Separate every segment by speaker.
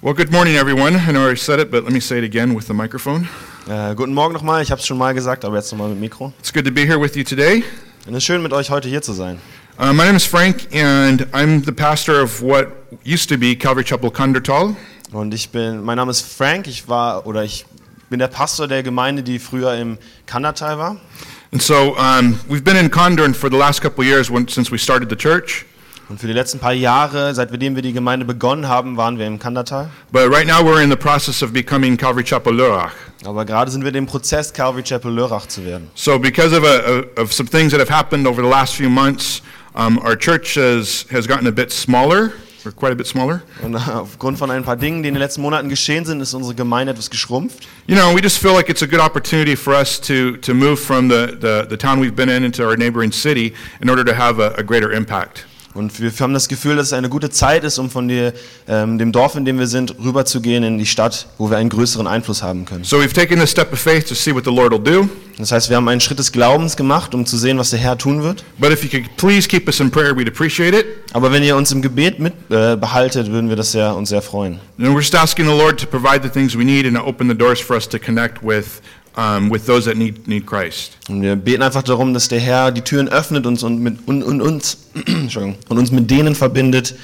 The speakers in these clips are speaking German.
Speaker 1: Well, good morning, everyone. I know I already said it, but let me say it again with the microphone.
Speaker 2: Äh, guten Morgen nochmal, ich habe es schon mal gesagt, aber jetzt nochmal mit Mikro.
Speaker 1: It's good to be here with you today.
Speaker 2: Es ist schön, mit euch heute hier zu sein.
Speaker 1: Uh, my name is Frank, and I'm the pastor of what used to be Calvary Chapel Kandertal.
Speaker 2: Und ich bin, mein Name ist Frank, ich war, oder ich bin der Pastor der Gemeinde, die früher im Kandertal war.
Speaker 1: And so um, we've been in Condon for the last couple of years when, since we started the church.
Speaker 2: Und für die letzten paar Jahre, seitdem wir die Gemeinde begonnen haben, waren wir im Kandertal.
Speaker 1: But right now we're in the process of becoming Calvary Chapel Lurach.
Speaker 2: Aber gerade sind wir dem Prozess, Calvary Chapel Lörrach zu werden.
Speaker 1: So, because of, a, of some things that have happened over the last few months, um, our church has, has gotten a bit smaller, or quite a bit smaller.
Speaker 2: Und äh, aufgrund von ein paar Dingen, die in den letzten Monaten geschehen sind, ist unsere Gemeinde etwas geschrumpft.
Speaker 1: You know, we just feel like it's a good opportunity for us to, to move from the, the, the town we've been in into our neighboring city in order to have a, a greater impact.
Speaker 2: Und wir haben das Gefühl, dass es eine gute Zeit ist, um von der, ähm, dem Dorf, in dem wir sind, rüberzugehen in die Stadt, wo wir einen größeren Einfluss haben können.
Speaker 1: So, we've taken this step of faith to see what the Lord will do.
Speaker 2: Das heißt, wir haben einen Schritt des Glaubens gemacht, um zu sehen, was der Herr tun wird.
Speaker 1: But if you could please keep us in prayer, we'd appreciate it.
Speaker 2: Aber wenn ihr uns im Gebet mit äh, behaltet, würden wir das sehr, uns sehr freuen.
Speaker 1: And we're just asking the Lord to provide the things we need and to open the doors for us to connect with, um, with those that need, need Christ.
Speaker 2: Und wir beten einfach darum, dass der Herr die Türen öffnet uns und, mit, und, und, uns, Entschuldigung, und uns mit denen verbindet,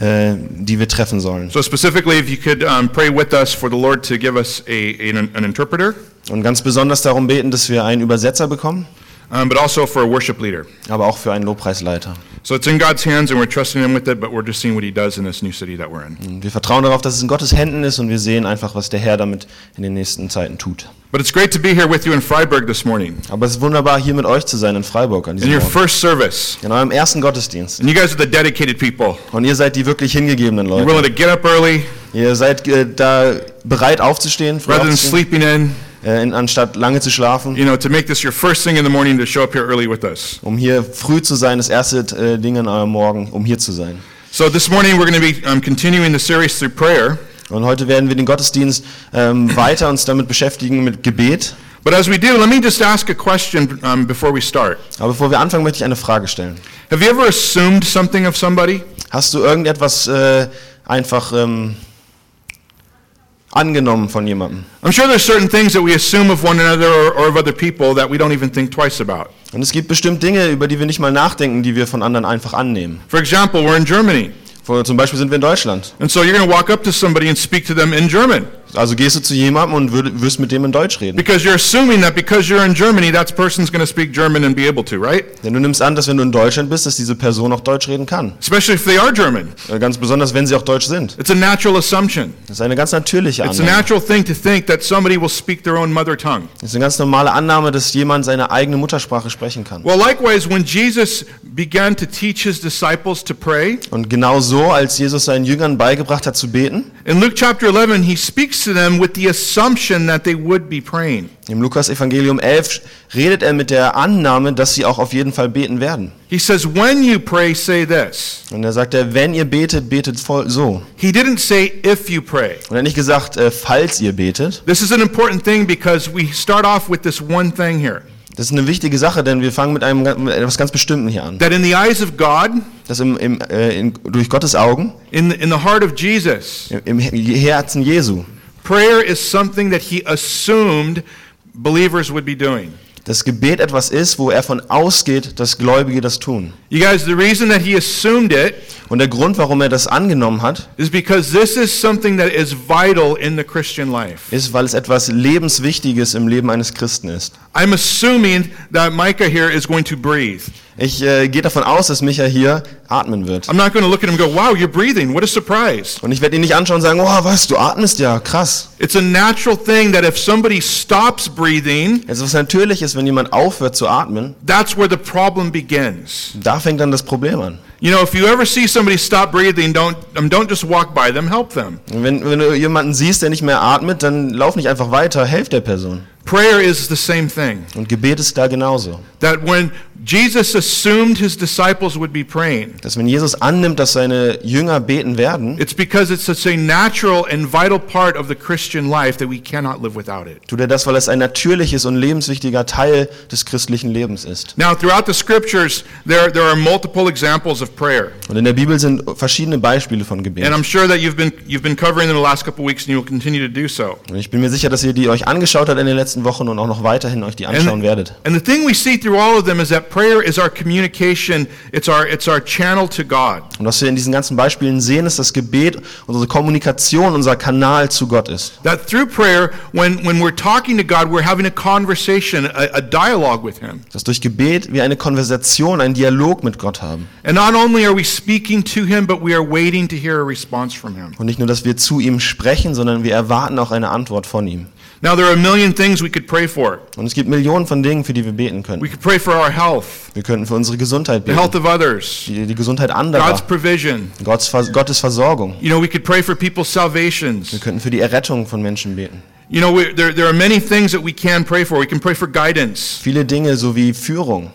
Speaker 2: äh, die wir treffen sollen.
Speaker 1: So, specifically, if you could um, pray with us for the Lord to give us a, an, an interpreter,
Speaker 2: Und ganz besonders darum beten, dass wir einen Übersetzer bekommen,
Speaker 1: um, but also for a worship leader.
Speaker 2: aber auch für einen Lobpreisleiter.
Speaker 1: So, it's in God's hands and we're trusting Him with it, but we're just seeing what He does in this new city that we're in.
Speaker 2: Und wir vertrauen darauf, dass es in Gottes Händen ist und wir sehen einfach, was der Herr damit in den nächsten Zeiten tut.
Speaker 1: But it's great to be here with you in Freiburg this morning,
Speaker 2: Aber es ist wunderbar, hier mit euch zu sein in Freiburg an
Speaker 1: in
Speaker 2: diesem
Speaker 1: your
Speaker 2: Ort.
Speaker 1: first service.
Speaker 2: In eurem ersten Gottesdienst.
Speaker 1: And you guys are the dedicated people.
Speaker 2: Und ihr seid die wirklich hingegebenen
Speaker 1: You're
Speaker 2: Leute.
Speaker 1: willing to get up early
Speaker 2: Ihr seid äh, da bereit aufzustehen, früh
Speaker 1: rather than
Speaker 2: aufzustehen
Speaker 1: sleeping in,
Speaker 2: äh, in, anstatt lange zu schlafen,
Speaker 1: you know, to make this your first thing in the morning to show up here early with us.
Speaker 2: um hier früh zu sein, das erste äh, Ding an eurem Morgen, um hier zu sein.
Speaker 1: So, this morning we're going to be um, continuing the series through prayer.
Speaker 2: Und heute werden wir den Gottesdienst ähm, weiter uns damit beschäftigen mit Gebet.
Speaker 1: But as we do, let me just ask a question um, before we start.
Speaker 2: Aber bevor wir anfangen, möchte ich eine Frage stellen.
Speaker 1: Have you ever assumed something of somebody?
Speaker 2: Hast du irgendetwas äh, einfach ähm, angenommen von jemandem?
Speaker 1: I'm sure there's certain things that we assume of one another or, or of other people that we don't even think twice about.
Speaker 2: Und es gibt bestimmt Dinge, über die wir nicht mal nachdenken, die wir von anderen einfach annehmen.
Speaker 1: For example, we're in Germany,
Speaker 2: Vor- Zum Beispiel sind wir in Deutschland.
Speaker 1: and so you're going to walk up to somebody and speak to them in German
Speaker 2: Also gehst du zu jemandem und würd- wirst mit dem in Deutsch reden.
Speaker 1: because you're assuming that because you're in Germany, that person's going to speak German and be able to, right?
Speaker 2: Denn du nimmst an, dass wenn du in Deutschland bist, dass diese Person auch Deutsch reden kann.
Speaker 1: Especially if they are German.
Speaker 2: Äh, Ganz besonders, wenn sie auch Deutsch sind.
Speaker 1: It's a natural assumption.
Speaker 2: Das ist eine ganz natürliche
Speaker 1: It's a
Speaker 2: Annahme.
Speaker 1: natural thing to think that somebody will speak their own mother tongue.
Speaker 2: Das ist eine ganz normale Annahme, dass jemand seine eigene Muttersprache sprechen kann.
Speaker 1: Well, likewise, when Jesus began to teach his disciples to pray,
Speaker 2: Und genau so, als Jesus seinen Jüngern beigebracht hat zu beten,
Speaker 1: in Luke chapter 11, he speaks to them with the assumption that they would be praying.
Speaker 2: im Lukas-Evangelium 11, redet er mit der Annahme, dass sie auch auf jeden Fall beten werden.
Speaker 1: He says, When you pray, say this.
Speaker 2: Und da sagt er, wenn ihr betet, betet voll so.
Speaker 1: He didn't say, If you pray.
Speaker 2: Und er hat nicht gesagt, äh, falls ihr betet.
Speaker 1: This is an important thing because we start off with this one thing here
Speaker 2: Das ist eine wichtige Sache, denn wir fangen mit einem ga- mit etwas ganz Bestimmten hier an.
Speaker 1: that in the eyes of God,
Speaker 2: Das im, im, äh, in, durch Gottes Augen,
Speaker 1: in the, in the heart of Jesus,
Speaker 2: im, im Herzen Jesu.
Speaker 1: prayer is something that he assumed believers would be doing.
Speaker 2: Das Gebet etwas ist, wo er von ausgeht, dass Gläubige das tun.
Speaker 1: You guys, the reason that he assumed it
Speaker 2: Und der Grund, warum er das angenommen hat,
Speaker 1: is because this is something that is vital in the Christian life.
Speaker 2: ist, weil es etwas Lebenswichtiges im Leben eines Christen ist.
Speaker 1: I'm assuming that Micah here is going to breathe.
Speaker 2: Ich äh, gehe davon aus, dass Micha hier atmen wird.
Speaker 1: I'm not going to look at him and go, wow, you're breathing. What a surprise.
Speaker 2: Und ich werde ihn nicht anschauen und sagen, oh, was, du atmest ja, krass.
Speaker 1: It's a natural thing that if somebody stops breathing,
Speaker 2: Also was natürlich ist, wenn jemand aufhört zu atmen,
Speaker 1: that's where the problem begins.
Speaker 2: da fängt dann das Problem an.
Speaker 1: You know, if you ever see somebody stop breathing, don't, um, don't just walk by them, help them.
Speaker 2: Und Wenn, wenn du jemanden siehst, der nicht mehr atmet, dann lauf nicht einfach weiter, helf der Person.
Speaker 1: Prayer is the same thing.
Speaker 2: Und Gebet ist da genauso.
Speaker 1: That when Jesus assumed his disciples would be praying,
Speaker 2: Dass wenn Jesus annimmt, dass seine Jünger beten werden,
Speaker 1: it's because it's such a natural and vital part of the Christian life that we cannot live without it.
Speaker 2: tut er das, weil es ein natürliches und lebenswichtiger Teil des christlichen Lebens ist.
Speaker 1: Now, throughout the scriptures, there, there are multiple examples of prayer.
Speaker 2: Und in der Bibel sind verschiedene Beispiele von Gebet.
Speaker 1: And I'm sure that you've been, you've been covering them the last couple weeks and you will continue to do so.
Speaker 2: Und ich bin mir sicher, dass ihr die euch angeschaut habt in den letzten Wochen und auch noch weiterhin euch die anschauen
Speaker 1: ne-
Speaker 2: werdet.
Speaker 1: and the thing we see through all of them is that prayer is our communication, it's our, it's our channel to God.
Speaker 2: Und was wir in diesen ganzen Beispielen sehen, ist, dass Gebet unsere Kommunikation, unser Kanal zu Gott ist.
Speaker 1: That through prayer, when, when we're talking to God, we're having a conversation, a, a dialogue with Him.
Speaker 2: Dass durch Gebet wir eine Konversation, einen Dialog mit Gott haben.
Speaker 1: And not only are we speaking to Him, but we are waiting to hear a response from Him.
Speaker 2: Und nicht nur, dass wir zu ihm sprechen, sondern wir erwarten auch eine Antwort von ihm.
Speaker 1: Now, there are a million things we could pray for.
Speaker 2: Und es gibt Millionen von Dingen, für die wir beten
Speaker 1: We
Speaker 2: können.
Speaker 1: could pray for our health,
Speaker 2: Wir könnten für unsere Gesundheit
Speaker 1: the
Speaker 2: beten,
Speaker 1: health of others,
Speaker 2: die, die Gesundheit
Speaker 1: God's
Speaker 2: anderer,
Speaker 1: provision.
Speaker 2: Gottes, Vers- Gottes Versorgung.
Speaker 1: You know, we could pray for people's salvations.
Speaker 2: Wir könnten für die Errettung von Menschen beten.
Speaker 1: You know, we, there, there are many things that we can pray for. We can pray for guidance.
Speaker 2: Viele Dinge, so wie Führung.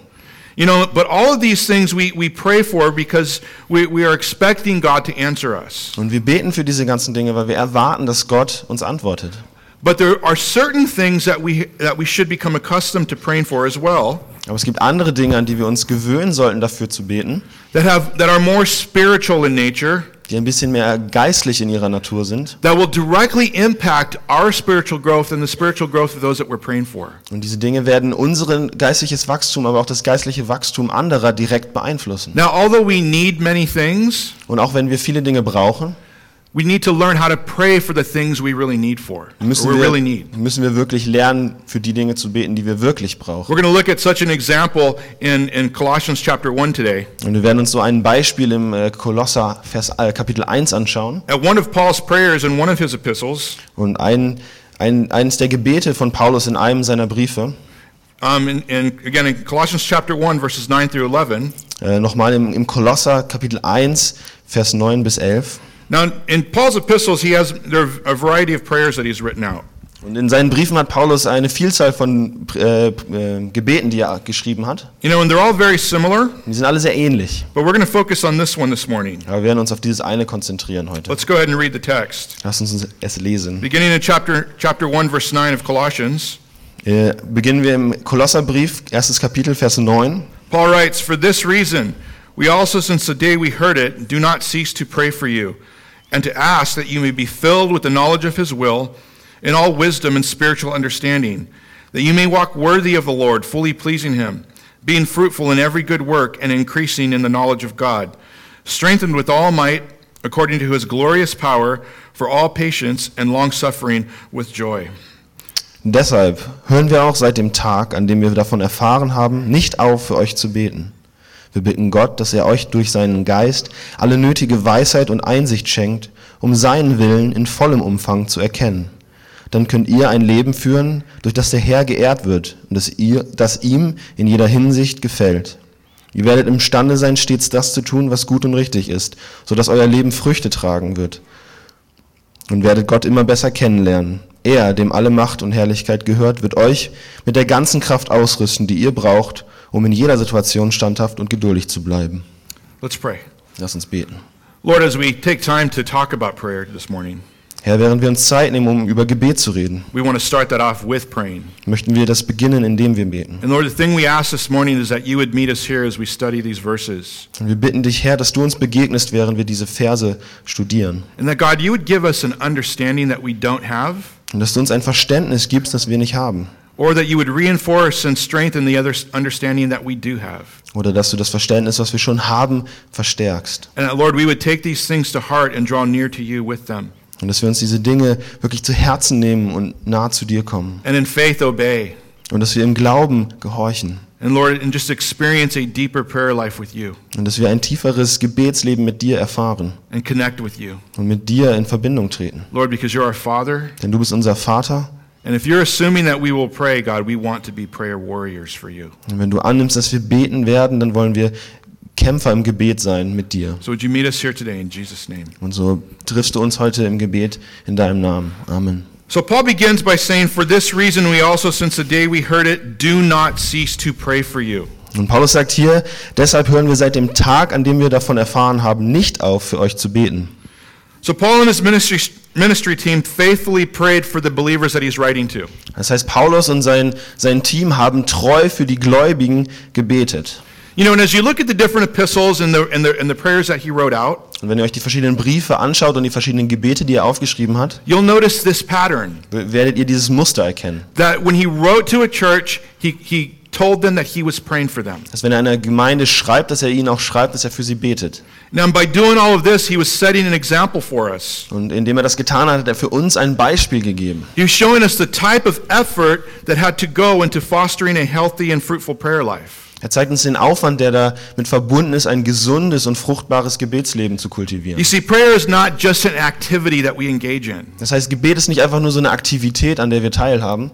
Speaker 1: You know, but all of these things we, we pray for because we, we are expecting God to answer us.
Speaker 2: Und wir beten für diese ganzen Dinge, weil wir erwarten, dass Gott uns antwortet.
Speaker 1: But there are certain things that we, that we should become accustomed to praying for as well
Speaker 2: Aber es gibt andere Dinge, an die wir uns gewöhnen sollten, dafür zu beten,
Speaker 1: that, have, that are more spiritual in nature
Speaker 2: die ein bisschen mehr geistlich in ihrer Natur sind.
Speaker 1: that will directly impact our spiritual growth and the spiritual growth of those that we're praying for.
Speaker 2: Und diese Dinge werden unseren geistliches Wachstum, aber auch das geistliche Wachstum anderer direkt beeinflussen.
Speaker 1: Now, although we need many things,
Speaker 2: Und auch wenn wir viele Dinge brauchen,
Speaker 1: we need to learn how to pray for the things we really need for, or
Speaker 2: müssen
Speaker 1: we really need.
Speaker 2: wir, müssen wir wirklich lernen, für die Dinge zu beten, die wir wirklich brauchen.
Speaker 1: We're going to look at such an example in, in Colossians chapter 1 today.
Speaker 2: Und wir werden uns so ein Beispiel im äh, Kolosser Vers, äh, Kapitel 1 anschauen.
Speaker 1: At one of Paul's prayers in one of his epistles,
Speaker 2: Und ein, ein, eines der Gebete von Paulus in einem seiner Briefe,
Speaker 1: um, in, in, again in Colossians chapter 1, verses 9 through 11.
Speaker 2: äh, nochmal im, im Kolosser Kapitel 1, Vers 9 bis 11.
Speaker 1: Now, in Paul's epistles, he has there are a variety of prayers that he's written out.
Speaker 2: Und in seinen Briefen hat Paulus eine Vielzahl von äh, äh, Gebeten, die er geschrieben hat.
Speaker 1: You know, and they're all very similar,
Speaker 2: Die sind alle sehr ähnlich.
Speaker 1: but we're going to focus on this one this morning.
Speaker 2: Aber wir werden uns auf dieses eine konzentrieren heute.
Speaker 1: Let's go ahead and read the text.
Speaker 2: Lass uns es lesen.
Speaker 1: Beginning in chapter, chapter 1, verse 9 of Colossians,
Speaker 2: Äh, beginnen wir im Kolosserbrief, erstes Kapitel, Vers 9.
Speaker 1: Paul writes, For this reason, we also, since the day we heard it, do not cease to pray for you, and to ask that you may be filled with the knowledge of his will, in all wisdom and spiritual understanding, that you may walk worthy of the Lord, fully pleasing him, being fruitful in every good work and increasing in the knowledge of God, strengthened with all might, according to his glorious power, for all patience and long suffering with joy.
Speaker 2: Deshalb hören wir auch seit dem Tag, an dem wir davon erfahren haben, nicht auf, für euch zu beten. Wir bitten Gott, dass er euch durch seinen Geist alle nötige Weisheit und Einsicht schenkt, um seinen Willen in vollem Umfang zu erkennen. Dann könnt ihr ein Leben führen, durch das der Herr geehrt wird und das, ihr, das ihm in jeder Hinsicht gefällt. Ihr werdet imstande sein, stets das zu tun, was gut und richtig ist, so dass euer Leben Früchte tragen wird und werdet Gott immer besser kennenlernen. Er, dem alle Macht und Herrlichkeit gehört, wird euch mit der ganzen Kraft ausrüsten, die ihr braucht, um in jeder Situation standhaft und geduldig zu bleiben.
Speaker 1: Let's pray.
Speaker 2: Lass uns beten.
Speaker 1: Lord, as we take time to talk about prayer this morning,
Speaker 2: Herr, während wir uns Zeit nehmen, um über Gebet zu reden,
Speaker 1: we want to start that off with praying.
Speaker 2: möchten wir das beginnen, indem wir beten.
Speaker 1: And Lord, the thing we ask this morning is that you would meet us here as we study these verses.
Speaker 2: Und wir bitten dich, Herr, dass du uns begegnest, während wir diese Verse studieren.
Speaker 1: And that, God, you would give us an understanding that we don't have,
Speaker 2: Und dass du uns ein Verständnis gibst, das wir nicht haben.
Speaker 1: or that you would reinforce and strengthen the other s- understanding that we do have.
Speaker 2: Oder dass du das Verständnis, was wir schon haben, verstärkst.
Speaker 1: And that, Lord, we would take these things to heart and draw near to you with them.
Speaker 2: Und dass wir uns diese Dinge wirklich zu Herzen nehmen und nah zu dir kommen.
Speaker 1: And in faith, obey.
Speaker 2: Und dass wir im Glauben gehorchen.
Speaker 1: And Lord, and just experience a deeper prayer life with you
Speaker 2: Und dass wir ein tieferes Gebetsleben mit dir erfahren
Speaker 1: and connect with you.
Speaker 2: und mit dir in Verbindung treten.
Speaker 1: Lord, because you're our Father.
Speaker 2: Denn du bist unser Vater.
Speaker 1: And if you're assuming that we will pray, God, we want to be prayer warriors for you.
Speaker 2: Und wenn du annimmst, dass wir beten werden, dann wollen wir Kämpfer im Gebet sein mit dir.
Speaker 1: So would you meet us here today in Jesus' name?
Speaker 2: Und so triffst du uns heute im Gebet in deinem Namen. Amen.
Speaker 1: So Paul begins by saying, For this reason we also, since the day we heard it, do not cease to pray for you.
Speaker 2: Und Paulus sagt hier, deshalb hören wir seit dem Tag, an dem wir davon erfahren haben, nicht auf, für euch zu beten.
Speaker 1: So Paul and his ministry, ministry team faithfully prayed for the believers that he's writing to.
Speaker 2: Das heißt, Paulus und sein, sein Team haben treu für die Gläubigen gebetet.
Speaker 1: You know, and as you look at the different epistles and the, and the, and the prayers that he wrote out,
Speaker 2: Und wenn ihr euch die verschiedenen Briefe anschaut und die verschiedenen Gebete, die er aufgeschrieben hat,
Speaker 1: you'll notice this pattern
Speaker 2: w- werdet ihr dieses Muster erkennen.
Speaker 1: that when he wrote to a church, he, he told them that he was praying for them.
Speaker 2: Dass wenn er einer Gemeinde schreibt, dass er ihnen auch schreibt, dass er für sie betet.
Speaker 1: Now, by doing all of this, he was setting an example for us.
Speaker 2: Und indem er das getan hat, hat er für uns ein Beispiel gegeben.
Speaker 1: He was showing us the type of effort that had to go into fostering a healthy and fruitful prayer life.
Speaker 2: Er zeigt uns den Aufwand, der da mit verbunden ist, ein gesundes und fruchtbares Gebetsleben zu kultivieren.
Speaker 1: You see, prayer is not just an activity that we engage in,
Speaker 2: Das heißt, Gebet ist nicht einfach nur so eine Aktivität, an der wir teilhaben.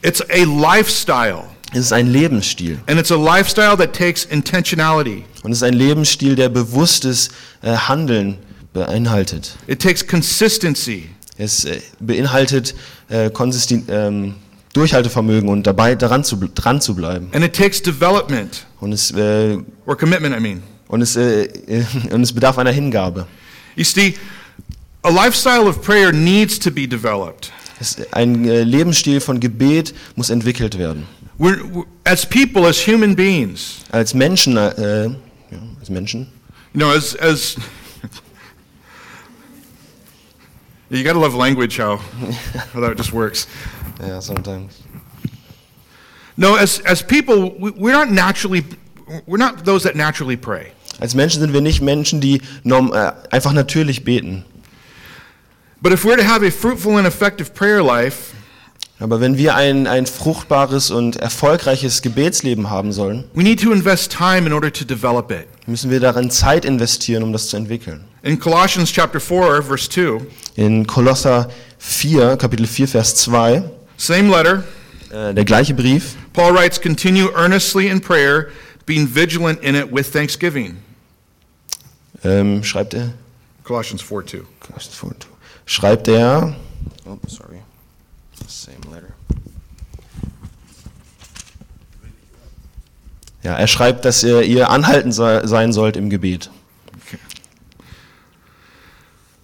Speaker 1: it's a lifestyle.
Speaker 2: Es ist ein Lebensstil.
Speaker 1: And it's a lifestyle that takes intentionality,
Speaker 2: Und es ist ein Lebensstil, der bewusstes äh, Handeln beinhaltet.
Speaker 1: it takes consistency.
Speaker 2: Es äh, beinhaltet äh, konsisten- ähm, Durchhaltevermögen und dabei daran zu, bl- dran zu bleiben.
Speaker 1: And it takes development
Speaker 2: Und es, äh,
Speaker 1: or commitment, I mean.
Speaker 2: und, es, äh, äh, und es bedarf einer Hingabe.
Speaker 1: You see, a lifestyle of prayer needs to be developed.
Speaker 2: Es, ein äh, Lebensstil von Gebet muss entwickelt werden.
Speaker 1: We're, we're- as people, as human beings,
Speaker 2: Als Menschen, äh, ja, als Menschen,
Speaker 1: you know, as as you got to love language, how how that just works.
Speaker 2: ja, sometimes.
Speaker 1: No, as as people, we, we're not naturally, we're not those that naturally pray.
Speaker 2: Als Menschen sind wir nicht Menschen, die norm, äh, einfach natürlich beten.
Speaker 1: But if we're to have a fruitful and effective prayer life,
Speaker 2: Aber wenn wir ein, ein fruchtbares und erfolgreiches Gebetsleben haben sollen,
Speaker 1: we need to invest time in order to develop it.
Speaker 2: müssen wir darin Zeit investieren, um das zu entwickeln.
Speaker 1: In Colossians chapter four, verse two,
Speaker 2: In Kolosser 4, Kapitel 4, Vers 2,
Speaker 1: same letter,
Speaker 2: äh, der gleiche Brief,
Speaker 1: Paul writes, "Continue earnestly in prayer, being vigilant in it with thanksgiving."
Speaker 2: ähm, schreibt er,
Speaker 1: Colossians four two.
Speaker 2: schreibt er, oh, sorry, same letter. Ja, er schreibt, dass ihr, ihr anhaltend sei- sein sollt im Gebet.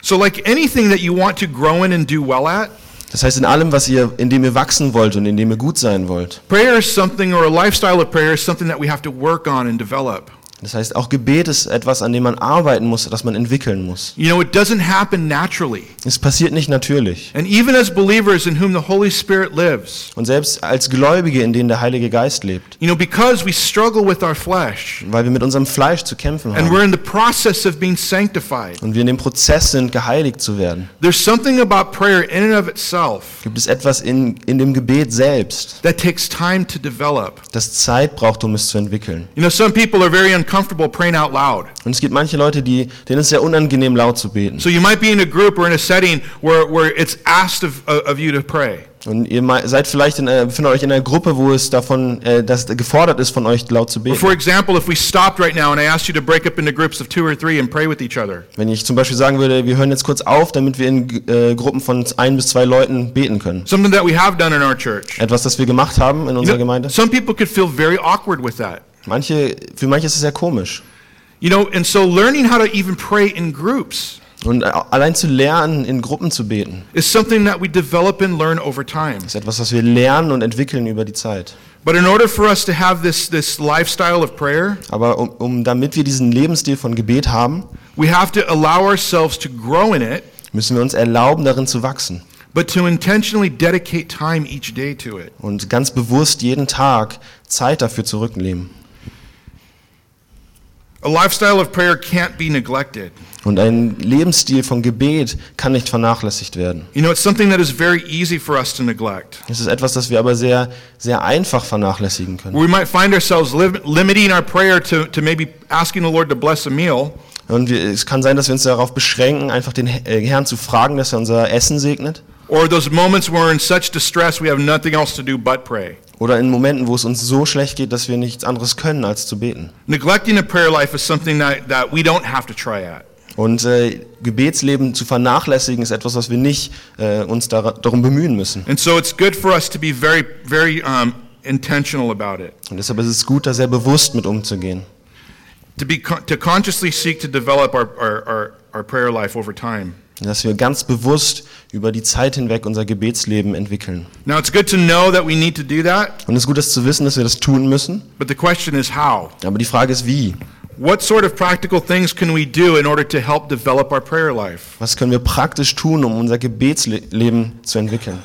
Speaker 1: So, like anything that you want to grow in and do well at.
Speaker 2: Das heißt, in allem, was ihr, in dem ihr wachsen wollt und in dem ihr gut sein wollt.
Speaker 1: Prayer is something, or a lifestyle of prayer is something that we have to work on and develop.
Speaker 2: Das heißt, auch Gebet ist etwas, an dem man arbeiten muss, das man entwickeln muss.
Speaker 1: You know, it doesn't happen naturally.
Speaker 2: Es passiert nicht natürlich.
Speaker 1: And even as believers in whom the Holy Spirit lives,
Speaker 2: Und selbst als Gläubige, in denen der Heilige Geist lebt,
Speaker 1: you know, because we struggle with our flesh
Speaker 2: weil wir mit unserem Fleisch zu kämpfen
Speaker 1: and
Speaker 2: haben
Speaker 1: we're in the process of being sanctified,
Speaker 2: und wir in dem Prozess sind, geheiligt zu werden,
Speaker 1: there's something about prayer in and of itself
Speaker 2: gibt es etwas in, in dem Gebet selbst,
Speaker 1: that takes time to develop.
Speaker 2: das Zeit braucht, um es zu entwickeln.
Speaker 1: You know, some people are very uncomfortable praying out loud.
Speaker 2: Und es gibt manche Leute, die, denen ist es sehr unangenehm, laut zu beten.
Speaker 1: So you might be in a group or in a setting where, where it's asked of, uh, of you to pray.
Speaker 2: Und ihr mei- seid vielleicht in, einer- befindet euch in einer Gruppe, wo es davon, äh, das gefordert ist, von euch laut zu beten.
Speaker 1: For example, if we stopped right now and I asked you to break up into groups of two or three and pray with each other,
Speaker 2: Wenn ich zum Beispiel sagen würde, wir hören jetzt kurz auf, damit wir in äh, Gruppen von ein bis zwei Leuten beten können.
Speaker 1: something that we have done in our church.
Speaker 2: Etwas, das wir gemacht haben in unserer
Speaker 1: You know,
Speaker 2: Gemeinde.
Speaker 1: some people could feel very awkward with that.
Speaker 2: Manche, für manche ist es sehr komisch.
Speaker 1: You know, and so learning how to even pray in groups
Speaker 2: Und a- allein zu lernen, in Gruppen zu beten,
Speaker 1: is something that we develop and learn over time.
Speaker 2: ist etwas, was wir lernen und entwickeln über die Zeit.
Speaker 1: But in order for us to have this, this lifestyle of prayer,
Speaker 2: Aber um, um, damit wir diesen Lebensstil von Gebet haben,
Speaker 1: we have to allow ourselves to grow in it,
Speaker 2: müssen wir uns erlauben, darin zu wachsen.
Speaker 1: but to intentionally dedicate time each day to it.
Speaker 2: Und ganz bewusst jeden Tag Zeit dafür zurücknehmen.
Speaker 1: A lifestyle of prayer can't be neglected.
Speaker 2: Und ein Lebensstil von Gebet kann nicht vernachlässigt werden.
Speaker 1: You know, it's something that is very easy for us to neglect.
Speaker 2: Es ist etwas, das wir aber sehr, sehr einfach vernachlässigen können.
Speaker 1: We might find ourselves lim- limiting our prayer to, to maybe asking the Lord to bless a meal,
Speaker 2: Und wir, es kann sein, dass wir uns darauf beschränken, einfach den He- äh, Herrn zu fragen, dass er unser Essen segnet.
Speaker 1: or those moments where we're in such distress we have nothing else to do but pray.
Speaker 2: Oder in Momenten, wo es uns so schlecht geht, dass wir nichts anderes können, als zu beten.
Speaker 1: Neglecting a prayer life is something that, that we don't have to try at.
Speaker 2: Und äh, Gebetsleben zu vernachlässigen ist etwas, was wir nicht äh, uns dar darum bemühen müssen.
Speaker 1: And so it's good for us to be very, very um, intentional about it,
Speaker 2: Und deshalb ist es gut, da sehr bewusst mit umzugehen.
Speaker 1: to, be con- to consciously seek to develop our, our, our, our prayer life over time.
Speaker 2: Dass wir ganz bewusst über die Zeit hinweg unser Gebetsleben entwickeln.
Speaker 1: Now, it's good to know that we need to do that,
Speaker 2: Und es ist gut, das zu wissen, dass wir das tun müssen.
Speaker 1: but the question is how?
Speaker 2: Aber die Frage ist, wie?
Speaker 1: What sort of practical things can we do in order to help develop our prayer life?
Speaker 2: Was können wir praktisch tun, um unser Gebetsleben zu entwickeln?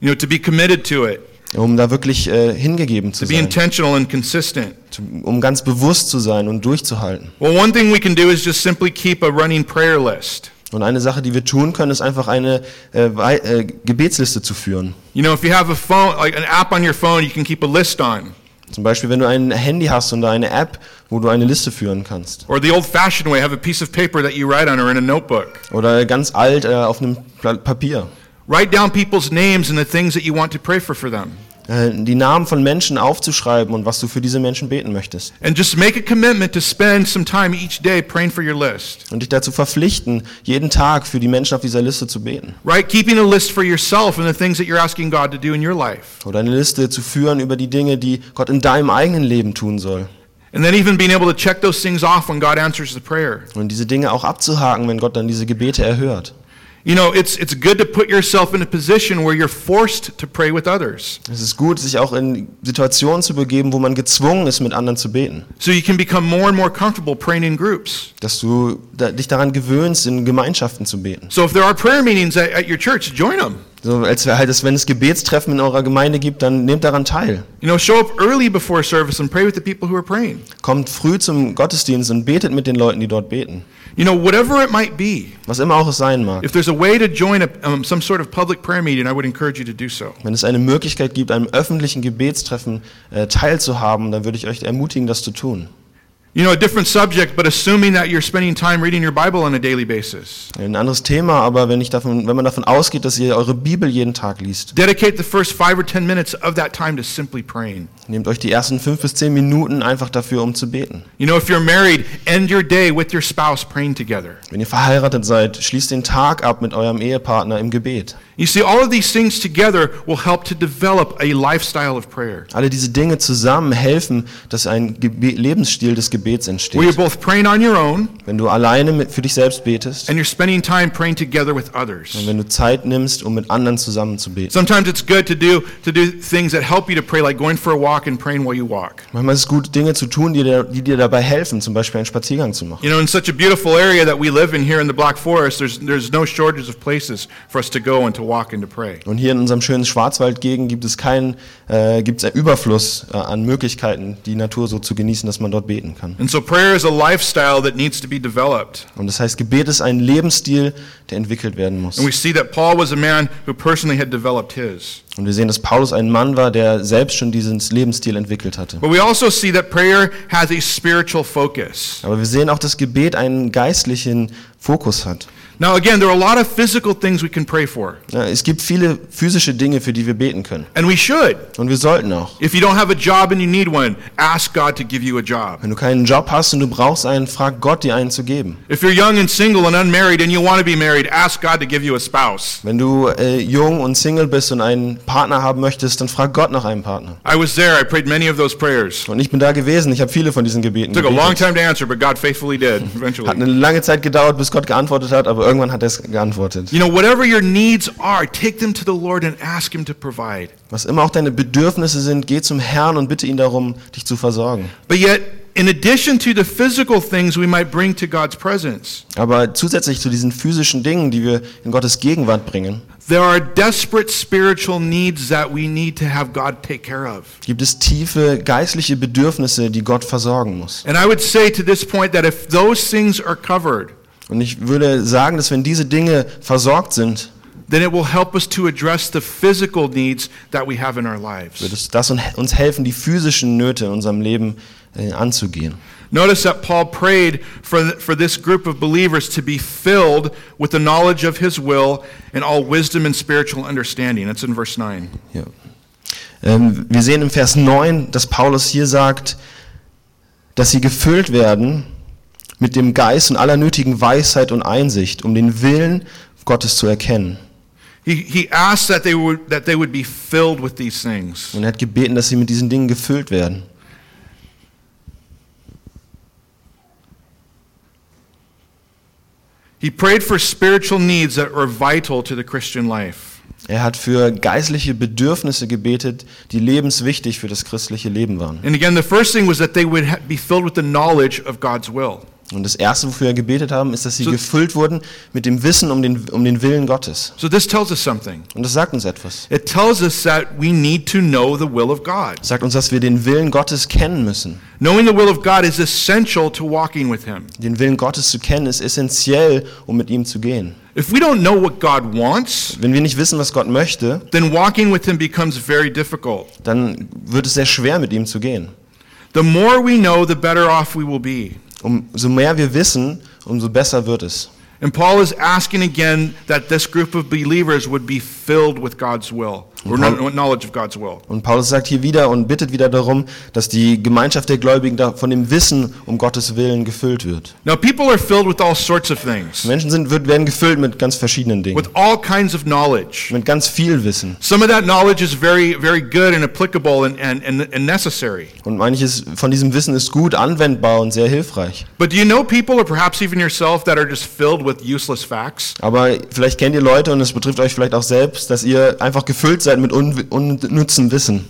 Speaker 1: You know, to be committed to it,
Speaker 2: Um da wirklich äh, hingegeben zu
Speaker 1: to be
Speaker 2: sein.
Speaker 1: intentional and consistent.
Speaker 2: Um ganz bewusst zu sein und durchzuhalten.
Speaker 1: Well, one thing we can do is just simply keep a running prayer list.
Speaker 2: Und eine Sache, die wir tun können, ist einfach eine äh, Wei- äh, Gebetsliste zu führen.
Speaker 1: You know, if you have a phone, like an app on your phone, you can keep a list on.
Speaker 2: Zum Beispiel, wenn du ein Handy hast und da eine App, wo du eine Liste führen kannst.
Speaker 1: Or the old fashioned way, have a piece of paper that you write on or in a notebook.
Speaker 2: Oder ganz alt äh, auf einem Pla- Papier.
Speaker 1: Write down people's names and the things that you want to pray for for them.
Speaker 2: Äh, die Namen von Menschen aufzuschreiben und was du für diese Menschen beten möchtest.
Speaker 1: And just make a commitment to spend some time each day praying for your list.
Speaker 2: Und dich dazu verpflichten, jeden Tag für die Menschen auf dieser Liste zu beten.
Speaker 1: Right? Keeping a list for yourself and the things that you're asking God to do in your life.
Speaker 2: Oder eine Liste zu führen über die Dinge, die Gott in deinem eigenen Leben tun soll.
Speaker 1: And then even being able to check those things off when God answers the prayer.
Speaker 2: Und diese Dinge auch abzuhaken, wenn Gott dann diese Gebete erhört.
Speaker 1: You know, it's, it's good to put yourself in a position where you're forced to pray with others
Speaker 2: Es ist gut, sich auch in Situationen zu begeben, wo man gezwungen ist, mit anderen zu beten.
Speaker 1: so you can become more and more comfortable praying in groups.
Speaker 2: Dass du da, dich daran gewöhnst, in Gemeinschaften zu beten.
Speaker 1: So if there are prayer meetings at, at your church, join them.
Speaker 2: So, als wäre halt, es, wenn es Gebetstreffen in eurer Gemeinde gibt, dann nehmt daran teil.
Speaker 1: You know, show up early before service and pray with the people who are praying.
Speaker 2: Kommt früh zum Gottesdienst und betet mit den Leuten, die dort beten.
Speaker 1: You know, whatever it might be,
Speaker 2: Was immer auch es sein mag.
Speaker 1: if there's a way to join a, um, some sort of public prayer meeting, I would encourage you to do so.
Speaker 2: Wenn es eine Möglichkeit gibt, einem öffentlichen Gebetstreffen äh, teilzuhaben, dann würde ich euch ermutigen, das zu tun.
Speaker 1: You know, a different subject, but assuming that you're spending time reading your Bible on a daily basis.
Speaker 2: Ein anderes Thema, aber wenn, ich davon, wenn man davon ausgeht, dass ihr eure Bibel jeden Tag liest,
Speaker 1: Dedicate the first five or ten minutes of that time to simply praying.
Speaker 2: nehmt euch die ersten fünf bis zehn Minuten einfach dafür, um zu beten.
Speaker 1: You know, if you're married, end your day with your spouse praying together.
Speaker 2: Wenn ihr verheiratet seid, schließt den Tag ab mit eurem Ehepartner im Gebet.
Speaker 1: You see, all of these things together will help to develop a lifestyle of prayer.
Speaker 2: Alle diese Dinge zusammen helfen, dass ein Gebe Lebensstil des Gebets
Speaker 1: Where you're
Speaker 2: entsteht.
Speaker 1: both praying on your own
Speaker 2: Wenn du alleine mit, für dich selbst betest
Speaker 1: and you're spending time praying together with others.
Speaker 2: und wenn du Zeit nimmst, um mit anderen zusammen zu beten.
Speaker 1: Sometimes it's good to do to do things that help you to pray, like going for a walk and praying while you walk.
Speaker 2: Manchmal ist es gut, Dinge zu tun, die dir, die dir dabei helfen, zum Beispiel einen Spaziergang zu machen.
Speaker 1: You know, in such a beautiful area that we live in here in the Black Forest, there's there's no shortage of places for us to go and to walk and to pray.
Speaker 2: Und hier in unserem schönen Schwarzwaldgegend gibt es keinen, äh, gibt es einen Überfluss äh, an Möglichkeiten, die Natur so zu genießen, dass man dort beten kann.
Speaker 1: And so prayer is a lifestyle that needs to be developed.
Speaker 2: Und das heißt, Gebet ist ein Lebensstil, der entwickelt werden muss.
Speaker 1: And we see that Paul was a man who personally had developed his.
Speaker 2: Und wir sehen, dass Paulus ein Mann war, der selbst schon diesen Lebensstil entwickelt hatte.
Speaker 1: But we also see that prayer has a spiritual focus.
Speaker 2: Aber wir sehen auch, dass Gebet einen geistlichen Fokus hat.
Speaker 1: Now, again, there are a lot of physical things we can pray for,
Speaker 2: Ja, es gibt viele physische Dinge, für die wir beten können.
Speaker 1: and we should.
Speaker 2: Und wir sollten auch.
Speaker 1: If you don't have a job and you need one, ask God to give you a job.
Speaker 2: Wenn du keinen Job hast und du brauchst einen, frag Gott, dir einen zu geben.
Speaker 1: If you're young and single and unmarried and you want to be married, ask God to give you a spouse.
Speaker 2: Wenn du äh, jung und Single bist und einen Partner haben möchtest, dann frag Gott nach einem Partner.
Speaker 1: I was there. I prayed many of those prayers.
Speaker 2: Und ich bin da gewesen. Ich habe viele von diesen Gebeten.
Speaker 1: took a long
Speaker 2: Gebetet.
Speaker 1: time to answer, but God faithfully did
Speaker 2: Hat eine
Speaker 1: eventually.
Speaker 2: lange Zeit gedauert, bis Gott geantwortet hat, aber irgendwann hat er es geantwortet.
Speaker 1: You know, whatever your needs are, take them to the Lord and ask Him to provide.
Speaker 2: Was immer auch deine Bedürfnisse sind, geh zum Herrn und bitte ihn darum, dich zu versorgen.
Speaker 1: But yet, in addition to the physical things we might bring to God's presence,
Speaker 2: Aber zusätzlich zu diesen physischen Dingen, die wir in Gottes Gegenwart bringen,
Speaker 1: there are desperate spiritual needs that we need to have God take care of.
Speaker 2: gibt es tiefe geistliche Bedürfnisse, die Gott versorgen muss.
Speaker 1: And I would say to this point that if those things are covered,
Speaker 2: Und ich würde sagen, dass wenn diese Dinge versorgt sind,
Speaker 1: then it will help us to address the physical needs that we have in our
Speaker 2: wird
Speaker 1: lives.
Speaker 2: es das uns helfen, die physischen Nöte in unserem Leben äh, anzugehen.
Speaker 1: Notice that Paul prayed for, for this group of believers to be filled with the knowledge of his will and all wisdom and spiritual understanding. That's in verse 9.
Speaker 2: Ja. Ähm, wir sehen im Vers 9, dass Paulus hier sagt, dass sie gefüllt werden mit dem Geist in aller nötigen Weisheit und Einsicht, um den Willen Gottes zu erkennen.
Speaker 1: He, he asked that they, would, that they would be filled with these things.
Speaker 2: Und er hat gebeten, dass sie mit diesen Dingen gefüllt werden.
Speaker 1: He prayed for spiritual needs that were vital to the Christian life.
Speaker 2: Er hat für geistliche Bedürfnisse gebetet, die lebenswichtig für das christliche Leben waren.
Speaker 1: And again, the first thing was that they would ha- be filled with the knowledge of God's will.
Speaker 2: Und das Erste, wofür er gebetet haben, ist, dass sie gefüllt wurden mit dem Wissen um den, um den Willen Gottes.
Speaker 1: So this tells us something.
Speaker 2: Und das sagt uns etwas.
Speaker 1: It tells us that we need to know the will of God.
Speaker 2: Es sagt uns, dass wir den Willen Gottes kennen müssen.
Speaker 1: Knowing the will of God is essential to walking with Him.
Speaker 2: Den Willen Gottes zu kennen ist essentiell, um mit ihm zu gehen.
Speaker 1: If we don't know what God wants,
Speaker 2: Wenn wir nicht wissen, was Gott möchte,
Speaker 1: then walking with Him becomes very difficult.
Speaker 2: dann wird es sehr schwer, mit ihm zu gehen.
Speaker 1: The more we know, the better off we will be.
Speaker 2: Umso Um, mehr wir wissen, umso besser wird es.
Speaker 1: And Paul is asking again that this group of believers would be filled with God's will, or no- knowledge of God's will.
Speaker 2: Und Paulus sagt hier wieder und bittet wieder darum, dass die Gemeinschaft der Gläubigen da von dem Wissen um Gottes Willen gefüllt wird.
Speaker 1: Now, people are filled with all sorts of things,
Speaker 2: Menschen sind, wird- werden gefüllt mit ganz verschiedenen Dingen,
Speaker 1: with all kinds of knowledge.
Speaker 2: mit ganz viel Wissen.
Speaker 1: Some of that knowledge is very, very good and applicable and, and, and, and necessary.
Speaker 2: Und manches von diesem Wissen ist gut anwendbar und sehr hilfreich.
Speaker 1: But do you know people, or perhaps even yourself, that are just filled with useless facts?
Speaker 2: Aber vielleicht kennt ihr Leute und es betrifft euch vielleicht auch selbst, dass ihr einfach gefüllt seid mit un unnützem Wissen.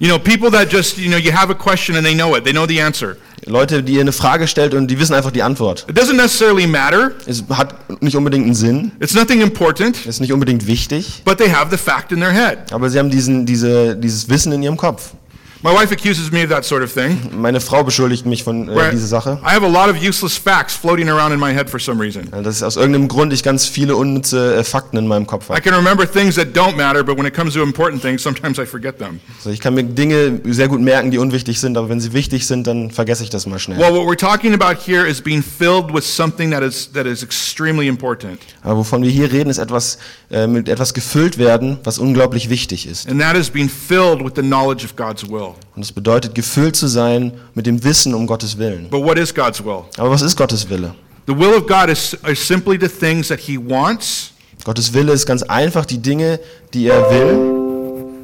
Speaker 1: You know, people that just, you know, you have a question and they know it, they know the answer.
Speaker 2: Leute, die ihr eine Frage stellt und die wissen einfach die Antwort.
Speaker 1: It doesn't necessarily matter,
Speaker 2: Es hat nicht unbedingt einen Sinn,
Speaker 1: it's nothing important,
Speaker 2: ist nicht unbedingt wichtig,
Speaker 1: but they have the fact in their head.
Speaker 2: aber sie haben diesen, diese, dieses Wissen in ihrem Kopf.
Speaker 1: My wife accuses me of that sort of thing.
Speaker 2: Meine Frau beschuldigt mich von äh,
Speaker 1: where
Speaker 2: dieser Sache,
Speaker 1: I have a lot of useless facts floating around in my head for some reason.
Speaker 2: äh, dass aus irgendeinem Grund ich ganz viele unnütze äh, Fakten in meinem Kopf
Speaker 1: I
Speaker 2: habe.
Speaker 1: can remember things that don't matter, but when it comes to important things, sometimes I forget them.
Speaker 2: Also ich kann mir Dinge sehr gut merken, die unwichtig sind, aber wenn sie wichtig sind, dann vergesse ich das mal schnell.
Speaker 1: Well, what we're talking about here is being filled with something that is, that is extremely important,
Speaker 2: Aber wovon wir hier reden, ist etwas, äh, mit etwas gefüllt werden, was unglaublich wichtig ist.
Speaker 1: and that is being filled with the knowledge of God's will.
Speaker 2: Und es bedeutet, gefüllt zu sein mit dem Wissen um Gottes Willen.
Speaker 1: But what is God's will?
Speaker 2: Aber was ist Gottes Wille?
Speaker 1: The will of God is, is simply the things that He wants
Speaker 2: Gottes Wille ist ganz einfach die Dinge, die er will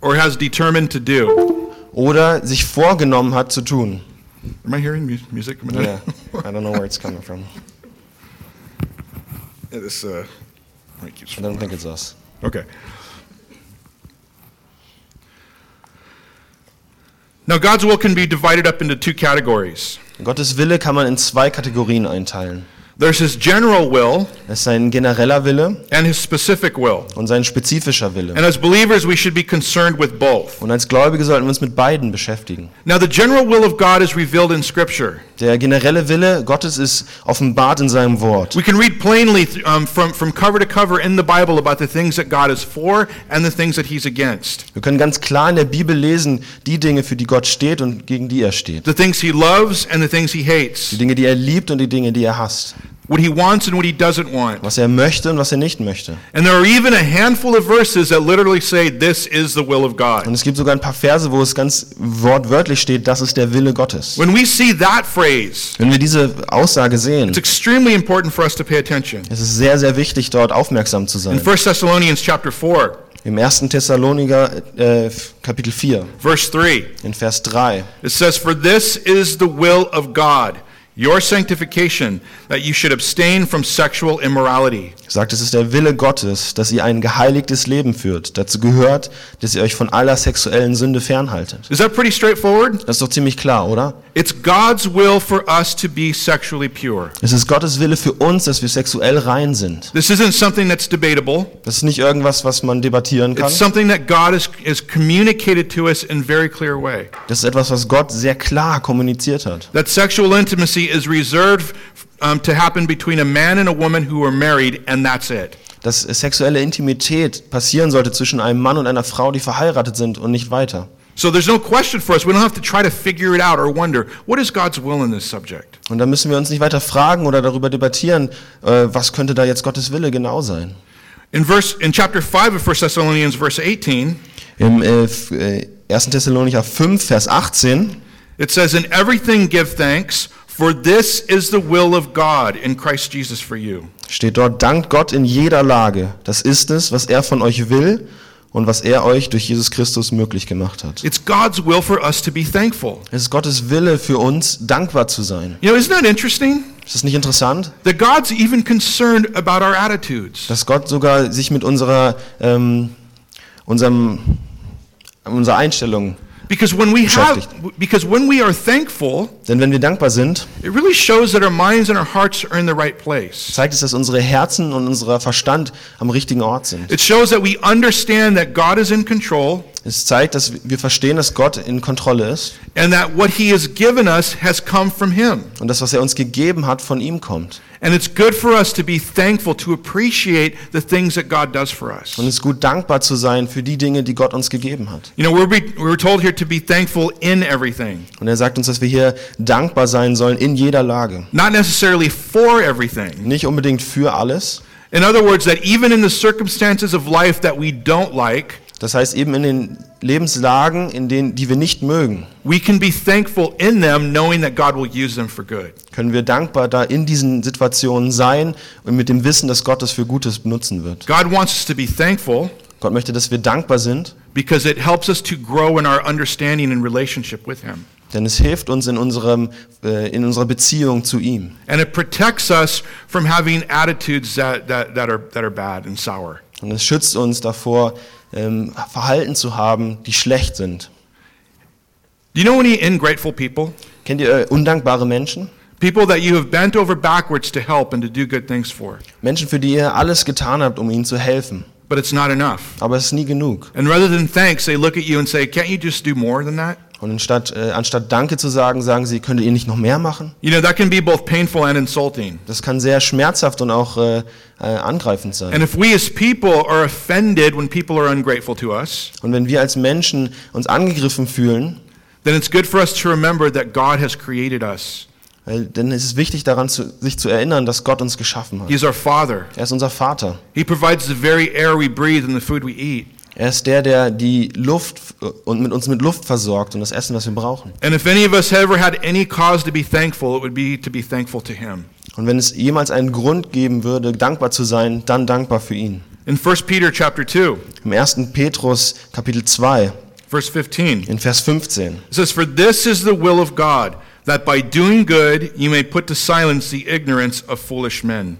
Speaker 1: or has determined to do.
Speaker 2: oder sich vorgenommen hat zu tun.
Speaker 1: Am I hearing mu- music? coming out?
Speaker 2: Yeah, I don't know where it's coming from.
Speaker 1: Yeah, this, uh, mic keeps
Speaker 2: I don't think it's us.
Speaker 1: Okay. Now, God's will can be divided up into two categories
Speaker 2: Gottes Wille kann man in zwei Kategorien einteilen.
Speaker 1: there's His general will
Speaker 2: Es ist sein genereller Wille
Speaker 1: and His specific will.
Speaker 2: und sein spezifischer Wille.
Speaker 1: And as believers, we should be concerned with both.
Speaker 2: Und als Gläubige sollten wir uns mit beiden beschäftigen.
Speaker 1: Now, the general will of God is revealed in Scripture.
Speaker 2: Der generelle Wille Gottes ist offenbart in seinem Wort.
Speaker 1: We can read plainly th- um, from, from cover to cover in the Bible about the things that God is for and the things that He's against.
Speaker 2: Wir können ganz klar in der Bibel lesen, die Dinge, für die Gott steht und gegen die er steht.
Speaker 1: The things He loves and the things He
Speaker 2: Die
Speaker 1: hates.
Speaker 2: Dinge, die er liebt und die Dinge, die er hasst.
Speaker 1: What He wants and what He doesn't want.
Speaker 2: Was er möchte und was er nicht möchte.
Speaker 1: And there are even a handful of verses that literally say, This is the will of
Speaker 2: Und
Speaker 1: God.
Speaker 2: es gibt sogar ein paar Verse, wo es ganz wortwörtlich steht, das ist der Wille Gottes.
Speaker 1: When we see that phrase,
Speaker 2: Wenn wir diese Aussage sehen,
Speaker 1: it's extremely important for us to pay attention.
Speaker 2: es ist sehr, sehr wichtig, dort aufmerksam zu
Speaker 1: In
Speaker 2: sein.
Speaker 1: 1 Thessalonians chapter 4,
Speaker 2: Im 1. Thessaloniker äh, Kapitel 4,
Speaker 1: verse 3,
Speaker 2: in Vers 3,
Speaker 1: it says, For this is the will of God, your sanctification, that you should abstain from sexual immorality.
Speaker 2: sagt, es ist der Wille Gottes, dass ihr ein geheiligtes Leben führt. Dazu gehört, dass ihr euch von aller sexuellen Sünde fernhaltet.
Speaker 1: Is that pretty straightforward?
Speaker 2: Das ist doch ziemlich klar, oder?
Speaker 1: It's God's will for us to be sexually pure.
Speaker 2: Es ist Gottes Wille für uns, dass wir sexuell rein sind.
Speaker 1: This isn't something that's debatable.
Speaker 2: Das ist nicht irgendwas, was man debattieren kann.
Speaker 1: It's something that God has, has communicated to us in very clear way.
Speaker 2: Das ist etwas, was Gott sehr klar kommuniziert hat.
Speaker 1: that sexual intimacy is reserved um, to happen between a man and a woman who are married, and that's it.
Speaker 2: Dass sexuelle Intimität passieren sollte zwischen einem Mann und einer Frau, die verheiratet sind und nicht weiter.
Speaker 1: So there's no question for us. We don't have to try to figure it out or wonder what is God's will in this subject.
Speaker 2: Und da müssen wir uns nicht weiter fragen oder darüber debattieren, äh, was könnte da jetzt Gottes Wille genau sein.
Speaker 1: In verse in chapter five of 1 Thessalonians, verse 18,
Speaker 2: Im äh, f- äh, 1. Thessalonicher 5, Vers 18,
Speaker 1: it says, "In everything give thanks, For this is the will of God in Christ Jesus for you.
Speaker 2: Steht dort, dankt Gott in jeder Lage. Das ist es, was er von euch will und was er euch durch Jesus Christus möglich gemacht hat.
Speaker 1: It's God's will for us to be thankful.
Speaker 2: Es ist Gottes Wille für uns, dankbar zu sein.
Speaker 1: You know, isn't that interesting?
Speaker 2: Ist das nicht interessant?
Speaker 1: That God's even concerned about our attitudes.
Speaker 2: Dass Gott sogar sich mit unserer, ähm, unserem, unserer Einstellung,
Speaker 1: Because when we have
Speaker 2: Beschäftigt.
Speaker 1: because when we are thankful,
Speaker 2: denn wenn wir dankbar sind,
Speaker 1: it really shows that our minds and our hearts are in the right place.
Speaker 2: zeigt es, dass unsere Herzen und unser Verstand am richtigen Ort sind.
Speaker 1: It shows that we understand that God is in control
Speaker 2: Es zeigt, dass wir verstehen, dass Gott in Kontrolle ist
Speaker 1: and that what he has given us has come from him.
Speaker 2: und das, was er uns gegeben hat, von ihm kommt.
Speaker 1: And it's good for us to be thankful to appreciate the things that God does for us.
Speaker 2: Und es ist gut, dankbar zu sein für die Dinge, die Gott uns gegeben hat.
Speaker 1: You know, we're, be, we're told here to be thankful in everything,
Speaker 2: Und er sagt uns, dass wir hier dankbar sein sollen in jeder Lage.
Speaker 1: not necessarily for everything.
Speaker 2: Nicht unbedingt für alles.
Speaker 1: In other words, that even in the circumstances of life that we don't like,
Speaker 2: Das heißt eben in den Lebenslagen, in denen, die wir nicht mögen,
Speaker 1: we can be thankful in them knowing that God will use them for good.
Speaker 2: können wir dankbar da in diesen Situationen sein und mit dem Wissen, dass Gott das für Gutes benutzen wird.
Speaker 1: God wants us to be thankful
Speaker 2: Gott möchte, dass wir dankbar sind,
Speaker 1: because it helps us to grow in our understanding and relationship with Him.
Speaker 2: denn es hilft uns in, unserem, äh, in unserer Beziehung zu ihm.
Speaker 1: And it protects us from having attitudes that, that, that, are, that are bad and sour.
Speaker 2: Und es schützt uns davor, ähm, Verhalten zu haben, die schlecht sind.
Speaker 1: Do you know any ungrateful people?
Speaker 2: Kennt ihr äh, undankbare Menschen?
Speaker 1: People that you have bent over backwards to help and to do good things for,
Speaker 2: Menschen, für die ihr alles getan habt, um ihnen zu helfen.
Speaker 1: but it's not enough.
Speaker 2: Aber es ist nie genug.
Speaker 1: And rather than thanks, they look at you and say, Can't you just do more than that?
Speaker 2: Und anstatt, äh, anstatt Danke zu sagen, sagen sie, könntet ihr nicht noch mehr machen?
Speaker 1: You know, that can be both painful and insulting.
Speaker 2: Das kann sehr schmerzhaft und auch äh, äh, angreifend sein.
Speaker 1: And if we as people are offended when people are ungrateful to us,
Speaker 2: Und wenn wir als Menschen uns angegriffen fühlen,
Speaker 1: then it's good for us to remember that God has created us.
Speaker 2: äh, dann ist es wichtig daran, zu, sich zu erinnern, dass Gott uns geschaffen hat.
Speaker 1: He's our Father.
Speaker 2: Er ist unser Vater.
Speaker 1: He provides the very air we breathe and the food we eat.
Speaker 2: Er ist der, der die Luft äh, und mit uns mit Luft versorgt und das Essen, was wir brauchen.
Speaker 1: And if any of us ever had any cause to be thankful, it would be to be thankful to Him.
Speaker 2: Und wenn es jemals einen Grund geben würde, dankbar zu sein, dann dankbar für ihn.
Speaker 1: In 1 Peter chapter 2,
Speaker 2: Im 1. Petrus Kapitel 2
Speaker 1: verse 15,
Speaker 2: in Vers 15.
Speaker 1: It says, For this is the will of God, that by doing good you may put to silence the ignorance of foolish men.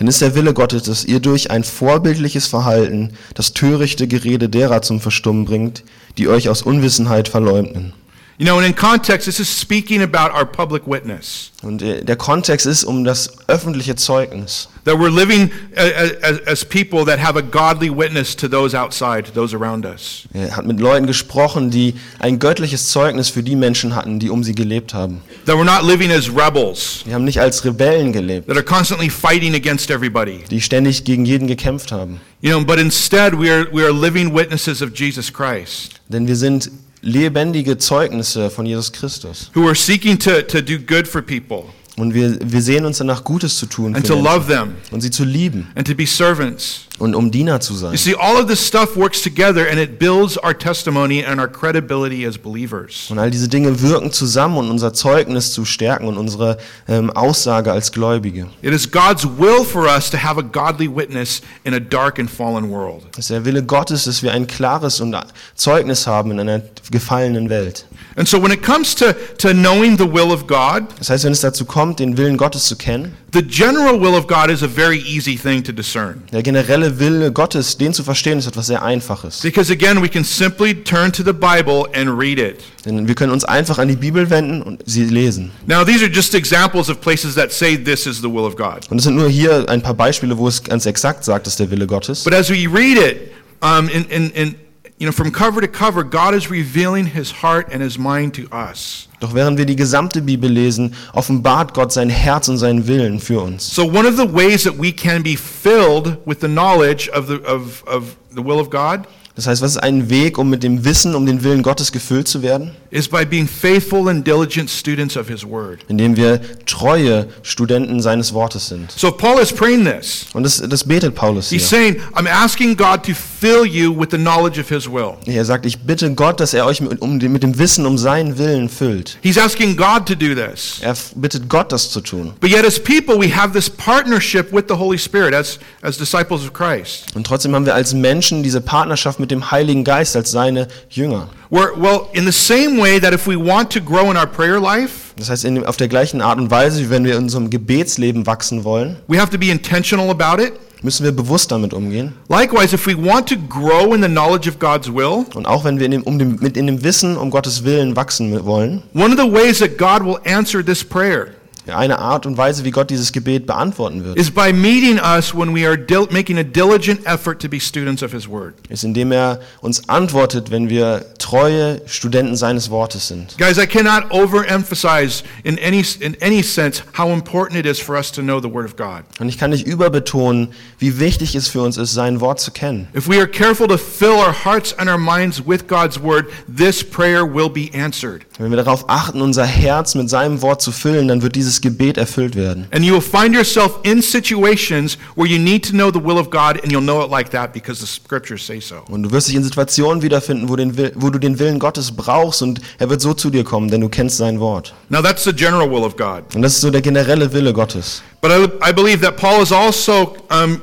Speaker 2: Denn ist der Wille Gottes, dass ihr durch ein vorbildliches Verhalten das törichte Gerede derer zum Verstummen bringt, die euch aus Unwissenheit verleumden.
Speaker 1: You know, and in context, this is speaking about our public witness,
Speaker 2: Und äh, der Kontext ist um das öffentliche Zeugnis,
Speaker 1: that we're living a- a- as, as people that have a godly witness to those outside, to those around us.
Speaker 2: Er hat mit Leuten gesprochen, die ein göttliches Zeugnis für die Menschen hatten, die um sie gelebt haben.
Speaker 1: That we're not living as rebels,
Speaker 2: Die haben nicht als Rebellen gelebt,
Speaker 1: that are constantly fighting against everybody.
Speaker 2: die ständig gegen jeden gekämpft haben.
Speaker 1: You know, but instead, we are, we are living witnesses of Jesus Christ,
Speaker 2: Denn wir sind lebendige Zeugnisse von Jesus Christus.
Speaker 1: who are seeking to, to do good for people
Speaker 2: Und wir, wir sehen uns danach, Gutes zu tun
Speaker 1: and
Speaker 2: für
Speaker 1: to
Speaker 2: Menschen
Speaker 1: love them
Speaker 2: und sie zu lieben
Speaker 1: and to be servants.
Speaker 2: und um Diener zu sein.
Speaker 1: You see, all of this stuff works together and it builds our testimony and our credibility as believers.
Speaker 2: Und all diese Dinge wirken zusammen, um unser Zeugnis zu stärken und unsere ähm, Aussage als Gläubige.
Speaker 1: It is God's will for us to have a godly witness in a dark and fallen world.
Speaker 2: Es ist der Wille Gottes, dass wir ein klares und Zeugnis haben in einer gefallenen Welt.
Speaker 1: And so, when it comes to, to knowing the will of God,
Speaker 2: Das heißt, wenn es dazu kommt, den Willen Gottes zu kennen,
Speaker 1: the general will of God is a very easy thing to discern.
Speaker 2: der generelle Wille Gottes, den zu verstehen, ist etwas sehr Einfaches.
Speaker 1: Because again, we can simply turn to the Bible and read it.
Speaker 2: Denn wir können uns einfach an die Bibel wenden und sie lesen.
Speaker 1: Now, these are just examples of places that say this is the will of God.
Speaker 2: Und es sind nur hier ein paar Beispiele, wo es ganz exakt sagt, dass der Wille Gottes.
Speaker 1: But as we read it, um, in, in, in, you know, from cover to cover, God is revealing his heart and his mind to us.
Speaker 2: Doch während wir die gesamte Bibel lesen, offenbart Gott sein Herz und seinen Willen für uns.
Speaker 1: So one of the ways that we can be filled with the knowledge of the, of, of the will of God
Speaker 2: Das heißt, was ist ein Weg, um mit dem Wissen, um den Willen Gottes gefüllt zu werden?
Speaker 1: is by being faithful and diligent students of His Word.
Speaker 2: indem wir treue Studenten seines Wortes sind.
Speaker 1: So Paul is praying this.
Speaker 2: Und das, das betet Paulus hier.
Speaker 1: He's saying, I'm asking God to fill you with the knowledge of His will.
Speaker 2: Er sagt, ich bitte Gott, dass er euch mit, um, mit dem Wissen um seinen Willen füllt.
Speaker 1: He's asking God to do this.
Speaker 2: Er f- bittet Gott, das zu tun.
Speaker 1: But yet, as people, we have this partnership with the Holy Spirit as, as disciples of Christ.
Speaker 2: Und trotzdem haben wir als Menschen diese Partnerschaft mit dem Heiligen Geist als seine Jünger.
Speaker 1: We're, well, in the same way that if we want to grow in our prayer life,
Speaker 2: Das heißt, in, dem- auf der gleichen Art und Weise, wie wenn wir in unserem Gebetsleben wachsen wollen,
Speaker 1: we have to be intentional about it.
Speaker 2: müssen wir bewusst damit umgehen.
Speaker 1: Likewise, if we want to grow in the knowledge of God's will,
Speaker 2: Und auch wenn wir in dem, um dem, mit in dem Wissen um Gottes Willen wachsen wollen,
Speaker 1: one of the ways that God will answer this prayer
Speaker 2: eine Art und Weise, wie Gott dieses Gebet beantworten wird,
Speaker 1: is by meeting us when we are dil- making a diligent effort to be students of His Word.
Speaker 2: ist, indem er uns antwortet, wenn wir treue Studenten seines Wortes sind.
Speaker 1: Guys, I cannot overemphasize in any, in any sense how important it is for us to know the Word of God.
Speaker 2: Und ich kann nicht überbetonen, wie wichtig es für uns ist, sein Wort zu kennen.
Speaker 1: If we are careful to fill our hearts and our minds with God's Word, this prayer will be answered.
Speaker 2: Wenn wir darauf achten, unser Herz mit seinem Wort zu füllen, dann wird dieses Gebet erfüllt werden.
Speaker 1: And you will find yourself in situations where you need to know the will of God, and you'll know it like that because the Scriptures say so.
Speaker 2: Und du wirst dich in Situationen wiederfinden, wo, den Will, wo du den Willen Gottes brauchst und er wird so zu dir kommen, denn du kennst sein Wort.
Speaker 1: Now, that's the general will of God.
Speaker 2: Und das ist so der generelle Wille Gottes.
Speaker 1: But I, I believe that Paul is also um,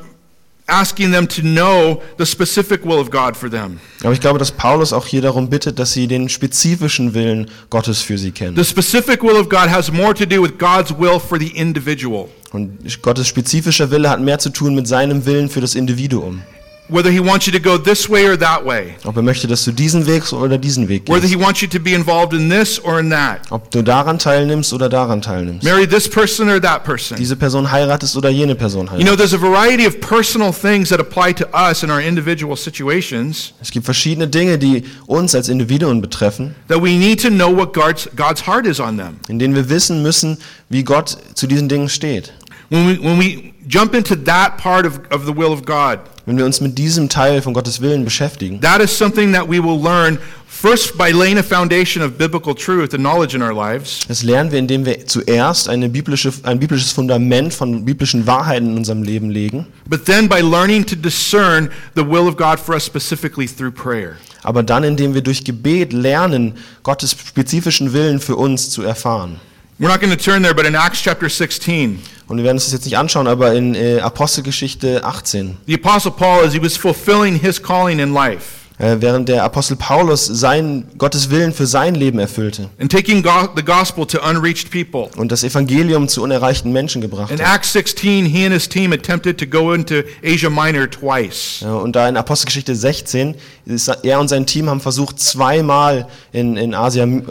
Speaker 1: asking them to know the specific will of God for them,
Speaker 2: Aber ich glaube, dass Paulus auch hier darum bittet, dass sie den spezifischen Willen Gottes für sie kennen.
Speaker 1: The specific will of God has more to do with God's will for the individual,
Speaker 2: Und Gottes spezifischer Wille hat mehr zu tun mit seinem Willen für das Individuum.
Speaker 1: whether He wants you to go this way or that way,
Speaker 2: Ob er möchte, dass du diesen Weg oder diesen Weg
Speaker 1: whether He
Speaker 2: gehst.
Speaker 1: wants you to be involved in this or in that,
Speaker 2: Ob du daran teilnimmst oder daran teilnimmst.
Speaker 1: marry this person or that person.
Speaker 2: Diese Person heiratest oder jene Person
Speaker 1: You
Speaker 2: heiratest.
Speaker 1: know, there's a variety of personal things that apply to us in our individual situations
Speaker 2: Es gibt verschiedene Dinge, die uns als Individuen betreffen,
Speaker 1: that we need to know what God's, God's heart is on them.
Speaker 2: in denen wir wissen müssen, wie Gott zu diesen Dingen steht.
Speaker 1: When we, when we jump into that part of, of the will of God,
Speaker 2: Wenn wir uns mit diesem Teil von Gottes Willen beschäftigen,
Speaker 1: That is something that we will learn first by laying a foundation of biblical truth and knowledge in our lives.
Speaker 2: das lernen wir, indem wir zuerst eine biblische, ein biblisches Fundament von biblischen Wahrheiten in unserem Leben legen,
Speaker 1: But then by learning to discern the will of God for us specifically through prayer.
Speaker 2: aber dann, indem wir durch Gebet lernen, Gottes spezifischen Willen für uns zu erfahren.
Speaker 1: We're not going to turn there, but in Acts chapter 16,
Speaker 2: Und wir werden uns das jetzt nicht anschauen, aber in äh, Apostelgeschichte 18,
Speaker 1: the Apostle Paul, as he was fulfilling his calling in life
Speaker 2: äh, während der Apostel Paulus sein, Gottes Willen für sein Leben erfüllte
Speaker 1: and taking go- the gospel to unreached people,
Speaker 2: und das Evangelium zu unerreichten Menschen gebracht
Speaker 1: in
Speaker 2: hat.
Speaker 1: Acts 16, he and his team attempted to go into Asia Minor twice.
Speaker 2: Äh, Und da in Apostelgeschichte 16, ist, er und sein Team haben versucht, zweimal in, in äh, Asien,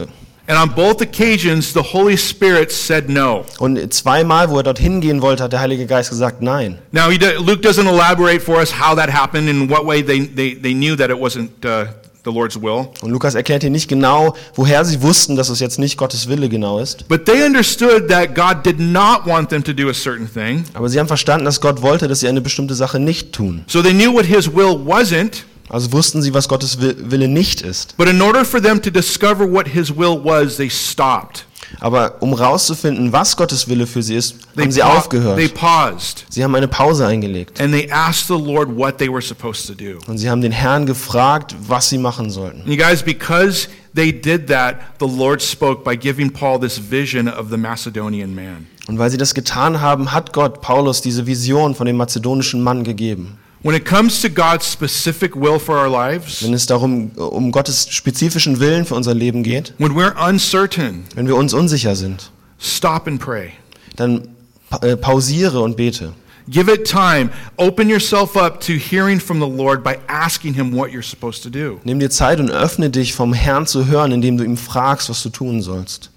Speaker 1: And on both occasions, the Holy Spirit said no.
Speaker 2: und zweimal, wo er dorthin gehen wollte, hat der Heilige Geist gesagt, nein.
Speaker 1: Now, he do, Luke doesn't elaborate for us how that happened and what way they, they, they knew that it wasn't uh, the Lord's will.
Speaker 2: Und Lukas erklärt hier nicht genau, woher sie wussten, dass es jetzt nicht Gottes Wille genau ist.
Speaker 1: But they understood that God did not want them to do a certain thing.
Speaker 2: Aber sie haben verstanden, dass Gott wollte, dass sie eine bestimmte Sache nicht tun.
Speaker 1: So they knew what his will wasn't.
Speaker 2: Also wussten sie, was Gottes Will- Wille nicht ist.
Speaker 1: But in order for them to discover what his will was, they stopped.
Speaker 2: Aber um rauszufinden, was Gottes Wille für sie ist,
Speaker 1: They,
Speaker 2: haben sie
Speaker 1: pa- they
Speaker 2: aufgehört.
Speaker 1: paused
Speaker 2: Sie haben eine Pause eingelegt.
Speaker 1: and they asked the Lord what they were supposed to do.
Speaker 2: Und sie haben den Herrn gefragt, was sie machen sollten.
Speaker 1: And you guys, because they did that, the Lord spoke by giving Paul this vision of the Macedonian man.
Speaker 2: Und weil sie das getan haben, hat Gott Paulus diese Vision von dem mazedonischen Mann gegeben.
Speaker 1: When it comes to God's specific will for our lives,
Speaker 2: Wenn es darum um Gottes spezifischen Willen für unser Leben geht,
Speaker 1: When we're uncertain,
Speaker 2: wenn wir uns unsicher sind,
Speaker 1: stop and pray.
Speaker 2: dann pa äh, pausiere und bete.
Speaker 1: Give it time. Open yourself up to hearing from the Lord by asking Him what you're supposed to do.
Speaker 2: Nimm dir Zeit und öffne dich vom Herrn zu hören, indem du ihm fragst, was du tun sollst.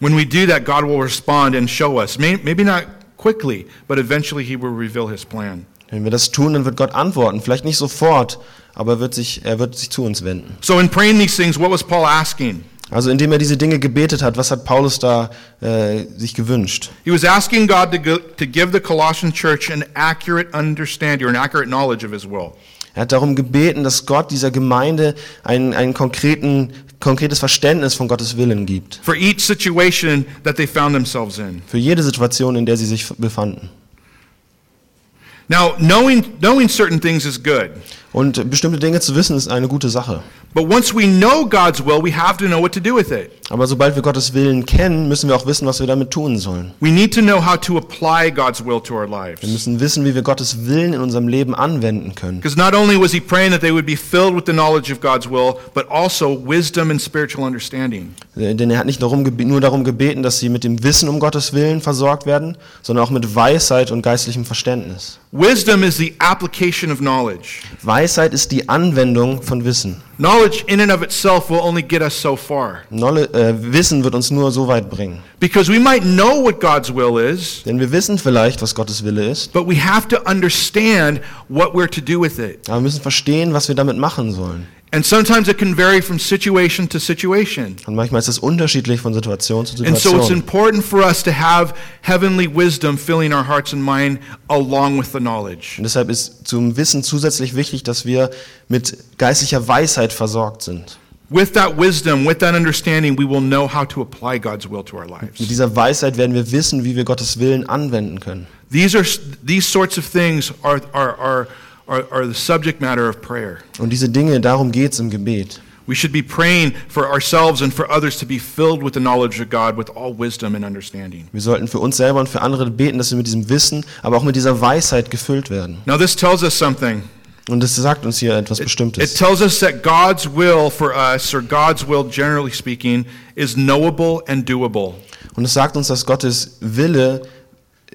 Speaker 1: When we do that, God will respond and show us. May- Maybe not quickly, but eventually He will reveal His plan.
Speaker 2: Wenn wir das tun, dann wird Gott antworten. Vielleicht nicht sofort, aber er wird sich, er wird sich zu uns wenden.
Speaker 1: So, in praying these things, what was Paul asking?
Speaker 2: Also indem er diese Dinge gebetet hat, was hat Paulus da äh, sich gewünscht?
Speaker 1: He was asking God to, go, to give the Colossian church an accurate understanding or an accurate knowledge of His will.
Speaker 2: Er hat darum gebeten, dass Gott dieser Gemeinde einen, einen konkreten konkretes Verständnis von Gottes Willen gibt.
Speaker 1: for each situation that they found themselves in.
Speaker 2: Für jede Situation, in der sie sich befanden.
Speaker 1: Now, knowing, knowing certain things is good,
Speaker 2: Und bestimmte Dinge zu wissen, ist eine gute Sache.
Speaker 1: but once we know God's will, we have to know what to do with it.
Speaker 2: Aber sobald wir Gottes Willen kennen, müssen wir auch wissen, was wir damit tun sollen.
Speaker 1: We need to know how to apply God's will to our
Speaker 2: Wir
Speaker 1: lives.
Speaker 2: müssen wissen, wie wir Gottes Willen in unserem Leben anwenden können.
Speaker 1: Because not only was he praying that they would be filled with the knowledge of God's will, but also wisdom and spiritual understanding.
Speaker 2: Äh, Denn er hat nicht darum, gebe- nur darum gebeten, dass sie mit dem Wissen um Gottes Willen versorgt werden, sondern auch mit Weisheit und geistlichem Verständnis.
Speaker 1: Wisdom is the application of knowledge.
Speaker 2: Weisheit ist die Anwendung von Wissen.
Speaker 1: Knowledge in and of itself will only get us so far.
Speaker 2: Knolle- äh, Wissen wird uns nur so weit bringen.
Speaker 1: Because we might know what God's will is,
Speaker 2: Denn wir wissen vielleicht, was Gottes Wille ist,
Speaker 1: but we have to understand what we're to do with it.
Speaker 2: aber wir müssen verstehen, was wir damit machen sollen.
Speaker 1: And sometimes it can vary from situation to situation.
Speaker 2: Und manchmal ist es unterschiedlich von Situation zu
Speaker 1: And so it's
Speaker 2: Situation.
Speaker 1: important for us to have heavenly wisdom filling our hearts and mind along with the knowledge.
Speaker 2: Und deshalb ist zum Wissen zusätzlich wichtig, dass wir mit geistlicher Weisheit versorgt sind.
Speaker 1: With that wisdom, with that understanding, we will know how to apply God's will to our
Speaker 2: Mit
Speaker 1: lives.
Speaker 2: dieser Weisheit werden wir wissen, wie wir Gottes Willen anwenden können.
Speaker 1: These are these sorts of things are are are are, are the subject matter of prayer.
Speaker 2: Und diese Dinge, darum geht es im Gebet.
Speaker 1: We should be praying for ourselves and for others to be filled with the knowledge of God with all wisdom and understanding.
Speaker 2: Wir sollten für uns selber und für andere beten, dass wir mit diesem Wissen, aber auch mit dieser Weisheit gefüllt werden.
Speaker 1: Now this tells us something.
Speaker 2: Und es sagt uns hier etwas
Speaker 1: It
Speaker 2: Bestimmtes.
Speaker 1: tells us that God's will for us, or God's will generally speaking, is knowable and doable.
Speaker 2: Und es sagt uns, dass Gottes Wille,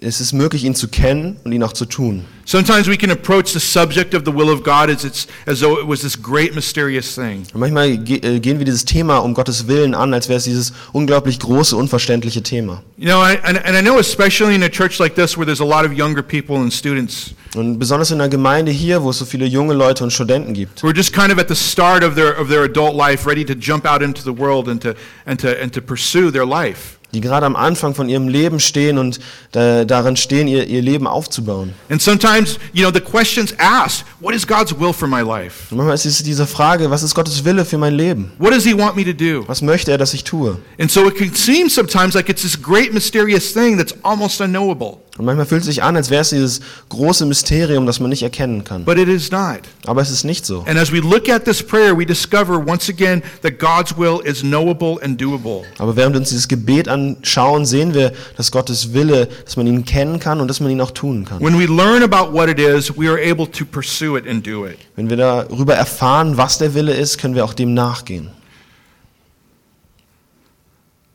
Speaker 2: es ist möglich, ihn zu kennen und ihn auch zu tun.
Speaker 1: Sometimes we can approach the subject of the will of God as, it's, as though it was this great mysterious thing.
Speaker 2: Und manchmal ge äh, gehen wir dieses Thema um Gottes Willen an, als wäre es dieses unglaublich große, unverständliche Thema.
Speaker 1: You know, I- and, and I know especially in a church like this where there's a lot of younger people and students
Speaker 2: Und besonders in einer Gemeinde hier, wo es so viele junge Leute und Studenten gibt,
Speaker 1: who are just kind of at the start of their, of their adult life, ready to jump out into the world and to, and to, and to pursue their life.
Speaker 2: die gerade am Anfang von ihrem Leben stehen und da, darin stehen, ihr, ihr Leben aufzubauen.
Speaker 1: And sometimes, you know, the questions asked, what is God's will for my life?
Speaker 2: Und manchmal ist es diese Frage, was ist Gottes Wille für mein Leben?
Speaker 1: What does he want me to do?
Speaker 2: Was möchte er, dass ich tue?
Speaker 1: And so it can seem sometimes like it's this great mysterious thing that's almost unknowable,
Speaker 2: Und manchmal fühlt es sich an, als wäre es dieses große Mysterium, das man nicht erkennen kann.
Speaker 1: but it is not.
Speaker 2: Aber es ist nicht so.
Speaker 1: And as we look at this prayer, we discover once again that God's will is knowable and doable.
Speaker 2: Aber während wir uns dieses Gebet anschauen, sehen wir, dass Gottes Wille, dass man ihn kennen kann und dass man ihn auch tun kann.
Speaker 1: When we learn about what it is, we are able to pursue it and do it.
Speaker 2: Wenn wir darüber erfahren, was der Wille ist, können wir auch dem nachgehen.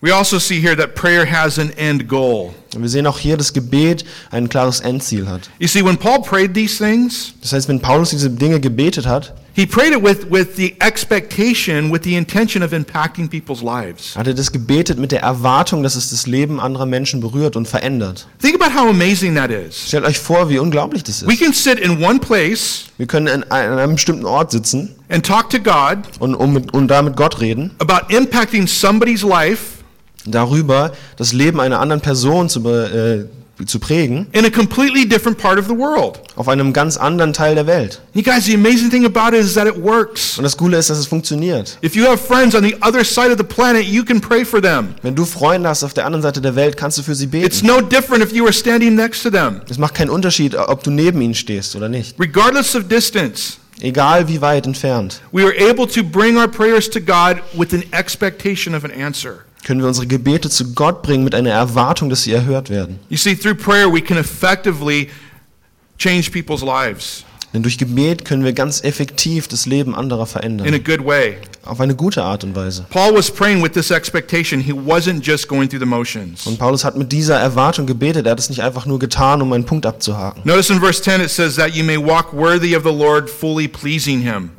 Speaker 1: We also see here that prayer has an end goal.
Speaker 2: Und wir sehen auch hier, dass Gebet ein klares Endziel hat.
Speaker 1: You see, when Paul prayed these things,
Speaker 2: Das heißt, wenn Paulus diese Dinge gebetet hat,
Speaker 1: he prayed it with, with the expectation, with the intention of impacting people's lives.
Speaker 2: hat er das gebetet mit der Erwartung, dass es das Leben anderer Menschen berührt und verändert.
Speaker 1: Think about how amazing that is.
Speaker 2: Stellt euch vor, wie unglaublich das
Speaker 1: We
Speaker 2: ist.
Speaker 1: can sit in one place
Speaker 2: Wir können an ein- an einem bestimmten Ort sitzen
Speaker 1: and talk to God
Speaker 2: und, um mit, und da mit Gott reden,
Speaker 1: about impacting somebody's life
Speaker 2: darüber, das Leben einer anderen Person zu, be- äh, zu prägen,
Speaker 1: in a completely different part of the world.
Speaker 2: auf einem ganz anderen Teil der Welt.
Speaker 1: You guys, the amazing thing about it is that it works.
Speaker 2: Und das Coole ist, dass es funktioniert.
Speaker 1: If you have friends on the other side of the planet, you can pray for them.
Speaker 2: Wenn du Freunde hast auf der anderen Seite der Welt, kannst du für sie
Speaker 1: It's
Speaker 2: beten.
Speaker 1: no different if you are standing next to them,
Speaker 2: Es macht keinen Unterschied, ob du neben ihnen stehst oder nicht.
Speaker 1: regardless of distance.
Speaker 2: Egal wie weit entfernt,
Speaker 1: We are able to bring our prayers to God with an expectation of an answer.
Speaker 2: können wir unsere Gebete zu Gott bringen mit einer Erwartung, dass sie erhört werden.
Speaker 1: You see, through prayer, we can effectively change people's lives
Speaker 2: Denn durch Gebet können wir ganz effektiv das Leben anderer
Speaker 1: in a
Speaker 2: verändern.
Speaker 1: good way.
Speaker 2: Auf eine gute Art und Weise.
Speaker 1: Paul was praying with this expectation. He wasn't just going through the motions.
Speaker 2: Und Paulus hat mit dieser Erwartung gebetet. Er hat es nicht einfach nur getan, um einen Punkt abzuhaken.
Speaker 1: Notice in verse 10 it says that you may walk worthy of the Lord, fully pleasing him.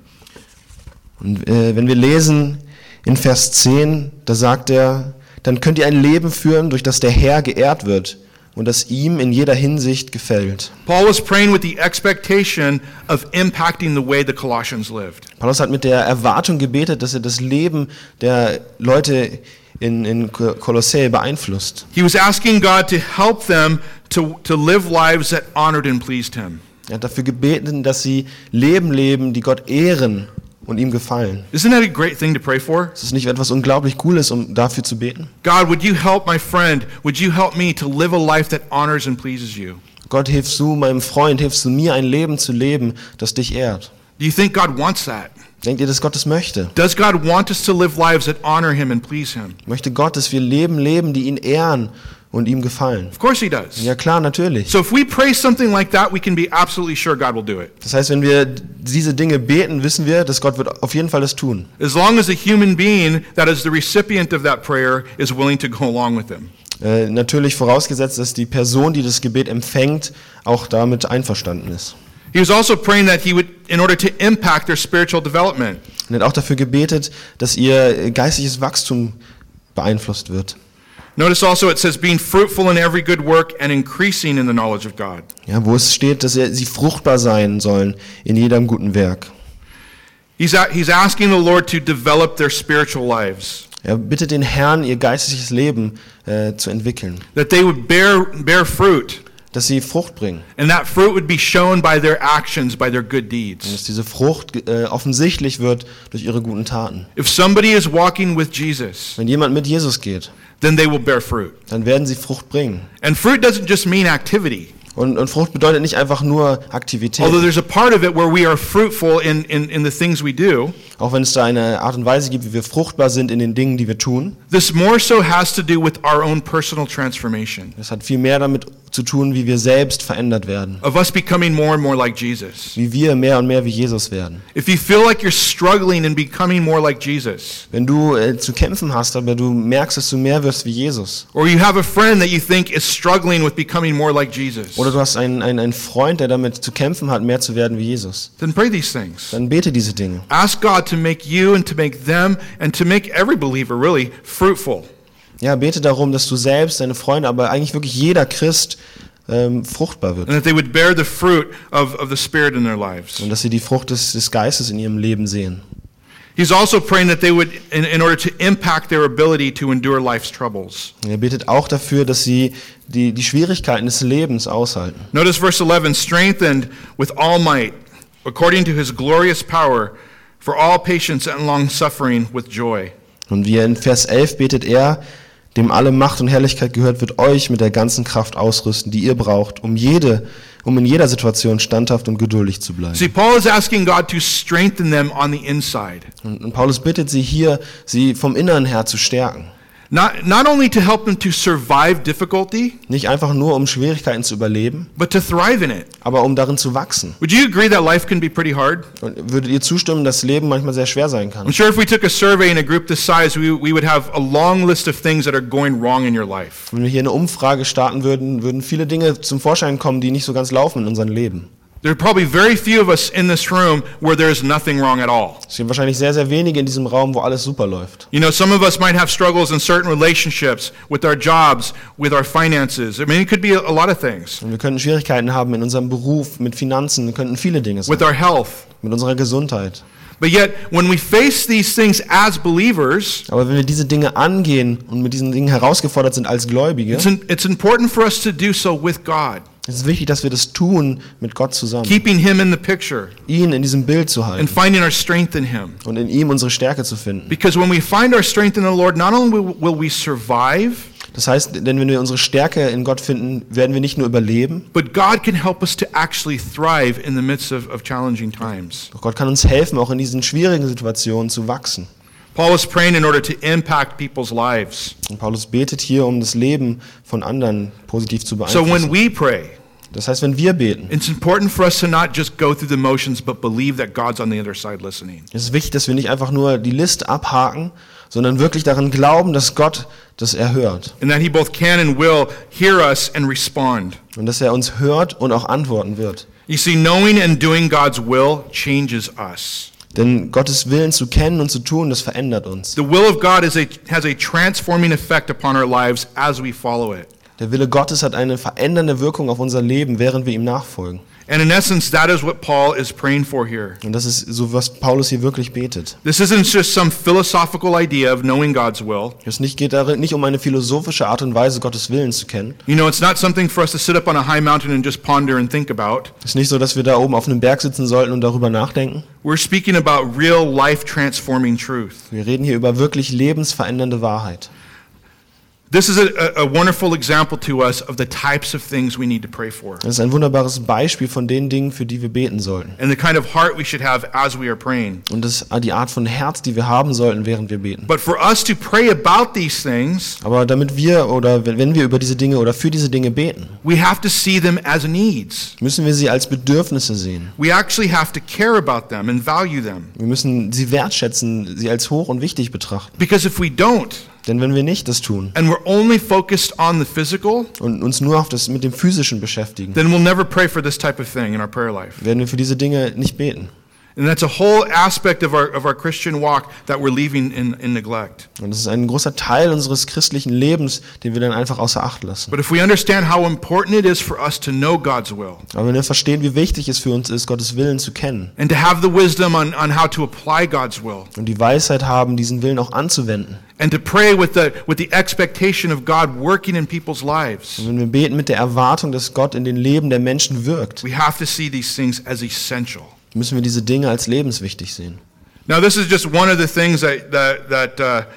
Speaker 2: Und äh, wenn wir lesen in Vers 10, da sagt er, dann könnt ihr ein Leben führen, durch das der Herr geehrt wird und das ihm in jeder Hinsicht gefällt.
Speaker 1: Paul was praying with the expectation of impacting the way the Colossians lived.
Speaker 2: Paulus hat mit der Erwartung gebetet, dass er das Leben der Leute in, in Ko- Kolossä beeinflusst.
Speaker 1: He was asking God to help them to, to live lives that honored and pleased him.
Speaker 2: Er hat dafür gebeten, dass sie Leben leben, die Gott ehren und ihm gefallen.
Speaker 1: Isn't that a great thing to pray for?
Speaker 2: Ist es nicht etwas unglaublich Cooles, um dafür zu beten?
Speaker 1: God, would you help my friend? Would you help me to live a life that honors and pleases you?
Speaker 2: Gott, hilfst du meinem Freund, hilfst du mir, ein Leben zu leben, das dich ehrt.
Speaker 1: Do you think God wants that?
Speaker 2: Denkt ihr, dass Gott es möchte?
Speaker 1: Does God want us to live lives that honor him and please him?
Speaker 2: Möchte Gott, dass wir Leben leben, die ihn ehren und ihm gefallen?
Speaker 1: Of course he does.
Speaker 2: Ja klar, natürlich.
Speaker 1: So if we pray something like that, we can be absolutely sure God will do it.
Speaker 2: Das heißt, wenn wir diese Dinge beten, wissen wir, dass Gott wird auf jeden Fall das tun.
Speaker 1: As long as a human being that is the recipient of that prayer is willing to go along with him.
Speaker 2: Äh, natürlich vorausgesetzt, dass die Person, die das Gebet empfängt, auch damit einverstanden ist.
Speaker 1: He was also praying that he would in order to impact their spiritual development.
Speaker 2: Und er hat auch dafür gebetet, dass ihr äh, geistliches Wachstum beeinflusst wird.
Speaker 1: Notice also it says being fruitful in every good work and increasing in the knowledge of God.
Speaker 2: Ja, wo es steht, dass ihr- sie fruchtbar sein sollen in jedem guten Werk.
Speaker 1: He's, a, he's asking the Lord to develop their spiritual lives,
Speaker 2: Er bittet den Herrn, ihr geistliches Leben äh, zu entwickeln,
Speaker 1: that they would bear, bear fruit,
Speaker 2: dass sie Frucht bringen,
Speaker 1: and that fruit would be shown by their actions, by their good deeds.
Speaker 2: dass diese Frucht äh, offensichtlich wird durch ihre guten Taten.
Speaker 1: If somebody is walking with Jesus,
Speaker 2: Wenn jemand mit Jesus geht,
Speaker 1: then they will bear fruit.
Speaker 2: dann werden sie Frucht bringen.
Speaker 1: And fruit doesn't just mean activity,
Speaker 2: Und, und Frucht bedeutet nicht einfach nur
Speaker 1: although
Speaker 2: Aktivität,
Speaker 1: there's a part of it where we are fruitful in, in, in the things we do.
Speaker 2: auch wenn es da eine Art und Weise gibt, wie wir fruchtbar sind in den Dingen, die wir tun.
Speaker 1: This more so has to do with our own personal transformation,
Speaker 2: Das hat viel mehr damit zu tun, wie wir selbst verändert werden,
Speaker 1: of us becoming more and more like Jesus.
Speaker 2: wie wir mehr und mehr wie Jesus werden.
Speaker 1: If you feel like you're struggling in becoming more like Jesus,
Speaker 2: Wenn du äh, zu kämpfen hast, aber du merkst, dass du mehr wirst wie Jesus.
Speaker 1: or you have a friend that you think is struggling with becoming more like Jesus,
Speaker 2: Oder du hast einen, einen, einen Freund, der damit zu kämpfen hat, mehr zu werden wie Jesus.
Speaker 1: then pray these things.
Speaker 2: Dann bete diese Dinge.
Speaker 1: Ask God to make you and to make them and to make every believer really fruitful.
Speaker 2: Ja, bete darum, dass du selbst, deine Freunde, aber eigentlich wirklich jeder Christ ähm, fruchtbar wird.
Speaker 1: and that they would bear the fruit of, of the Spirit in their lives.
Speaker 2: Und dass sie die Frucht des, des Geistes in ihrem Leben sehen.
Speaker 1: He's also praying that they would, in, in order to impact their ability to endure life's troubles.
Speaker 2: Und er betet auch dafür, dass sie die, die Schwierigkeiten des Lebens aushalten.
Speaker 1: Notice verse 11 strengthened with all might, according to his glorious power, for all patience and long suffering with joy.
Speaker 2: Und wie er in Vers 11 betet er, dem alle Macht und Herrlichkeit gehört, wird euch mit der ganzen Kraft ausrüsten, die ihr braucht, um jede, um in jeder Situation standhaft und geduldig zu bleiben.
Speaker 1: See, Paul is asking God to strengthen them on the inside,
Speaker 2: Und, und Paulus bittet sie hier, sie vom Inneren her zu stärken.
Speaker 1: not, not only to help them to survive difficulty,
Speaker 2: Nicht einfach nur, um Schwierigkeiten zu überleben,
Speaker 1: but to thrive in it.
Speaker 2: aber um darin zu wachsen.
Speaker 1: Would you agree that life can be pretty hard?
Speaker 2: Und würdet ihr zustimmen, dass Leben manchmal sehr schwer sein
Speaker 1: I'm
Speaker 2: kann?
Speaker 1: sure if we took a survey in a group this size, we, we would have a long list of things that are going wrong in your life.
Speaker 2: Wenn wir hier eine Umfrage starten würden, würden viele Dinge zum Vorschein kommen, die nicht so ganz laufen in unserem Leben.
Speaker 1: There are probably very few of us in this room where there is nothing wrong at all.
Speaker 2: Es gibt wahrscheinlich sehr, sehr wenige in diesem Raum, wo alles super läuft.
Speaker 1: You know, some of us might have struggles in certain relationships, with our jobs, with our finances. I mean, it could be a, a lot of things,
Speaker 2: Und wir könnten Schwierigkeiten haben in unserem Beruf, mit Finanzen, könnten viele Dinge sein,
Speaker 1: with our health.
Speaker 2: mit unserer Gesundheit.
Speaker 1: But yet, when we face these things as believers,
Speaker 2: Aber wenn wir diese Dinge angehen und mit diesen Dingen herausgefordert sind als Gläubige,
Speaker 1: it's, in, it's important for us to do so with God,
Speaker 2: ist es wichtig, dass wir das tun mit Gott zusammen.
Speaker 1: keeping Him in the picture
Speaker 2: Ihn in diesem Bild zu
Speaker 1: and
Speaker 2: halten
Speaker 1: finding our strength in Him.
Speaker 2: und in ihm unsere Stärke zu finden.
Speaker 1: Because when we find our strength in the Lord, not only will- will we survive,
Speaker 2: Das heißt, denn wenn wir unsere Stärke in Gott finden, werden wir nicht nur überleben,
Speaker 1: But God can help us to actually thrive in the midst of, of challenging times.
Speaker 2: doch Gott kann uns helfen, auch in diesen schwierigen Situationen zu wachsen.
Speaker 1: Paul is praying in order to impact people's lives.
Speaker 2: Und Paulus betet hier, um das Leben von anderen positiv zu
Speaker 1: So when
Speaker 2: beeinflussen.
Speaker 1: we pray,
Speaker 2: Das heißt, wenn wir beten,
Speaker 1: it's important for us to not just go through the motions, but believe that God's on the other side listening.
Speaker 2: Es ist wichtig, dass wir nicht einfach nur die Liste abhaken, sondern wirklich daran glauben, dass Gott das erhört
Speaker 1: And that He both can and will hear us and respond.
Speaker 2: und dass er uns hört und auch antworten wird.
Speaker 1: You see, knowing and doing God's will changes us.
Speaker 2: Denn Gottes Willen zu kennen und zu tun, das verändert uns.
Speaker 1: The will of God is a, has a transforming effect upon our lives as we follow it.
Speaker 2: Der Wille Gottes hat eine verändernde Wirkung auf unser Leben, während wir ihm nachfolgen.
Speaker 1: And in essence, that is what Paul is praying for here.
Speaker 2: Und das ist so, was Paulus hier wirklich betet.
Speaker 1: This isn't just some philosophical idea of knowing God's will.
Speaker 2: Es nicht, geht darin, nicht um eine philosophische Art und Weise, Gottes Willen zu kennen.
Speaker 1: You know, it's not something for us to sit up on a high mountain and just ponder and think about.
Speaker 2: Es ist nicht so, dass wir da oben auf einem Berg sitzen sollten und darüber nachdenken.
Speaker 1: We're speaking about real life transforming truth.
Speaker 2: Wir reden hier über wirklich lebensverändernde Wahrheit.
Speaker 1: This is a, a, a wonderful example to us of the types of things we need to pray for
Speaker 2: Das ist ein wunderbares Beispiel von den Dingen, für die wir beten sollten.
Speaker 1: and the kind of heart we should have as we are praying.
Speaker 2: Und das ist die Art von Herz, die wir haben sollten, während wir beten.
Speaker 1: But for us to pray about these things,
Speaker 2: Aber damit wir oder wenn wenn wir über diese Dinge oder für diese Dinge beten,
Speaker 1: we have to see them as needs.
Speaker 2: müssen wir sie als Bedürfnisse sehen.
Speaker 1: We actually have to care about them and value them.
Speaker 2: Wir müssen sie wertschätzen, sie als hoch und wichtig betrachten.
Speaker 1: Because if we don't,
Speaker 2: Denn wenn wir nicht das tun
Speaker 1: and we're only focused on the physical,
Speaker 2: und uns nur auf das mit dem Physischen beschäftigen,
Speaker 1: then we'll never pray for this type of thing in our prayer life.
Speaker 2: werden wir für diese Dinge nicht beten.
Speaker 1: And that's a whole aspect of our, of our Christian walk that we're leaving in, in neglect.
Speaker 2: Und das ist ein großer Teil unseres christlichen Lebens, den wir dann einfach außer Acht lassen.
Speaker 1: But if we understand how important it is for us to know God's will
Speaker 2: Aber wenn wir verstehen, wie wichtig es für uns ist, Gottes Willen zu kennen
Speaker 1: and to have the wisdom on, on how to apply God's will
Speaker 2: und die Weisheit haben, diesen Willen auch anzuwenden,
Speaker 1: and to pray with the, with the expectation of God working in people's lives,
Speaker 2: wenn wir beten mit der Erwartung, dass Gott in den Leben der Menschen wirkt,
Speaker 1: we have to see these things as essential.
Speaker 2: müssen wir diese Dinge als lebenswichtig sehen.
Speaker 1: Now, this is just one of the things that, that, that uh,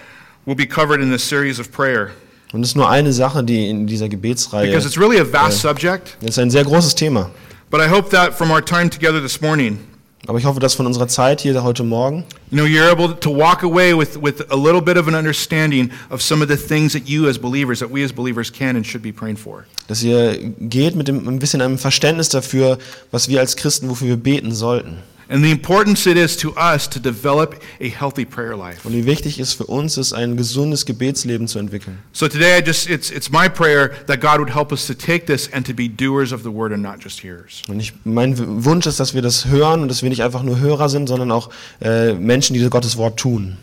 Speaker 1: will be covered in this series of prayer
Speaker 2: Und das ist nur eine Sache, die in dieser Gebetsreihe.
Speaker 1: because
Speaker 2: Das
Speaker 1: it's really a vast subject.
Speaker 2: ist ein sehr großes Thema.
Speaker 1: But I hope that from our time together this morning,
Speaker 2: Aber ich hoffe, dass von unserer Zeit hier heute Morgen,
Speaker 1: You know, you're able to walk away with, with a little bit of an understanding of some of the things that you as believers, that we as believers can and should be praying for.
Speaker 2: dass ihr geht mit dem, ein bisschen einem Verständnis dafür, was wir als Christen, wofür wir beten sollten.
Speaker 1: And the importance it is to us to develop a healthy prayer life.
Speaker 2: Und wie wichtig es für uns ist, ein gesundes Gebetsleben zu entwickeln.
Speaker 1: So today I just it's it's my prayer that God would help us to take this and to be doers of the word and not just hearers.
Speaker 2: Und ich, mein W- Wunsch ist, dass wir das hören und dass wir nicht einfach nur Hörer sind, sondern auch äh, Menschen, die Gottes Wort tun.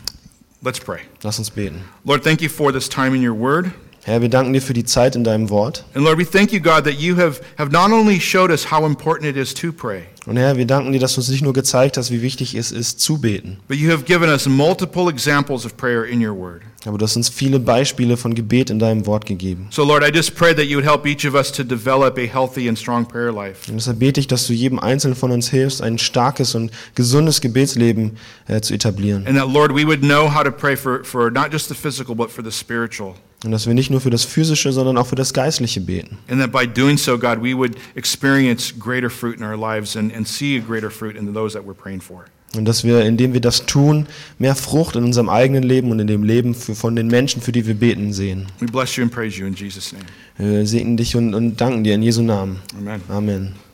Speaker 1: Let's pray.
Speaker 2: Lass uns beten.
Speaker 1: Lord, thank you for this time in your word.
Speaker 2: Herr, wir danken dir für die Zeit in deinem Wort.
Speaker 1: And Lord, we thank you, God, that you have, have not only showed us how important it is to pray,
Speaker 2: Und Herr, wir danken dir, dass du uns nicht nur gezeigt hast, wie wichtig es ist, zu beten,
Speaker 1: but you have given us multiple examples of prayer in your word.
Speaker 2: aber du hast uns viele Beispiele von Gebet in deinem Wort gegeben.
Speaker 1: So, Lord, I just pray that you would help each of us to develop a healthy and strong prayer life.
Speaker 2: Und deshalb bete ich, dass du jedem Einzelnen von uns hilfst, ein starkes und gesundes Gebetsleben äh, zu etablieren.
Speaker 1: And that, Lord, we would know how to pray for, for not just the physical, but for the spiritual.
Speaker 2: Und dass wir nicht nur für das Physische, sondern auch für das Geistliche beten.
Speaker 1: And that by doing so, God, we would experience greater fruit in our lives and, and see a greater fruit in those that we're praying for.
Speaker 2: Und dass wir, indem wir das tun, mehr Frucht in unserem eigenen Leben und in dem Leben für, von den Menschen, für die wir beten, sehen. Äh,
Speaker 1: We bless you and praise you in Jesus' name.
Speaker 2: Wir segnen dich und, und danken dir in Jesu Namen.
Speaker 1: Amen.
Speaker 2: Amen.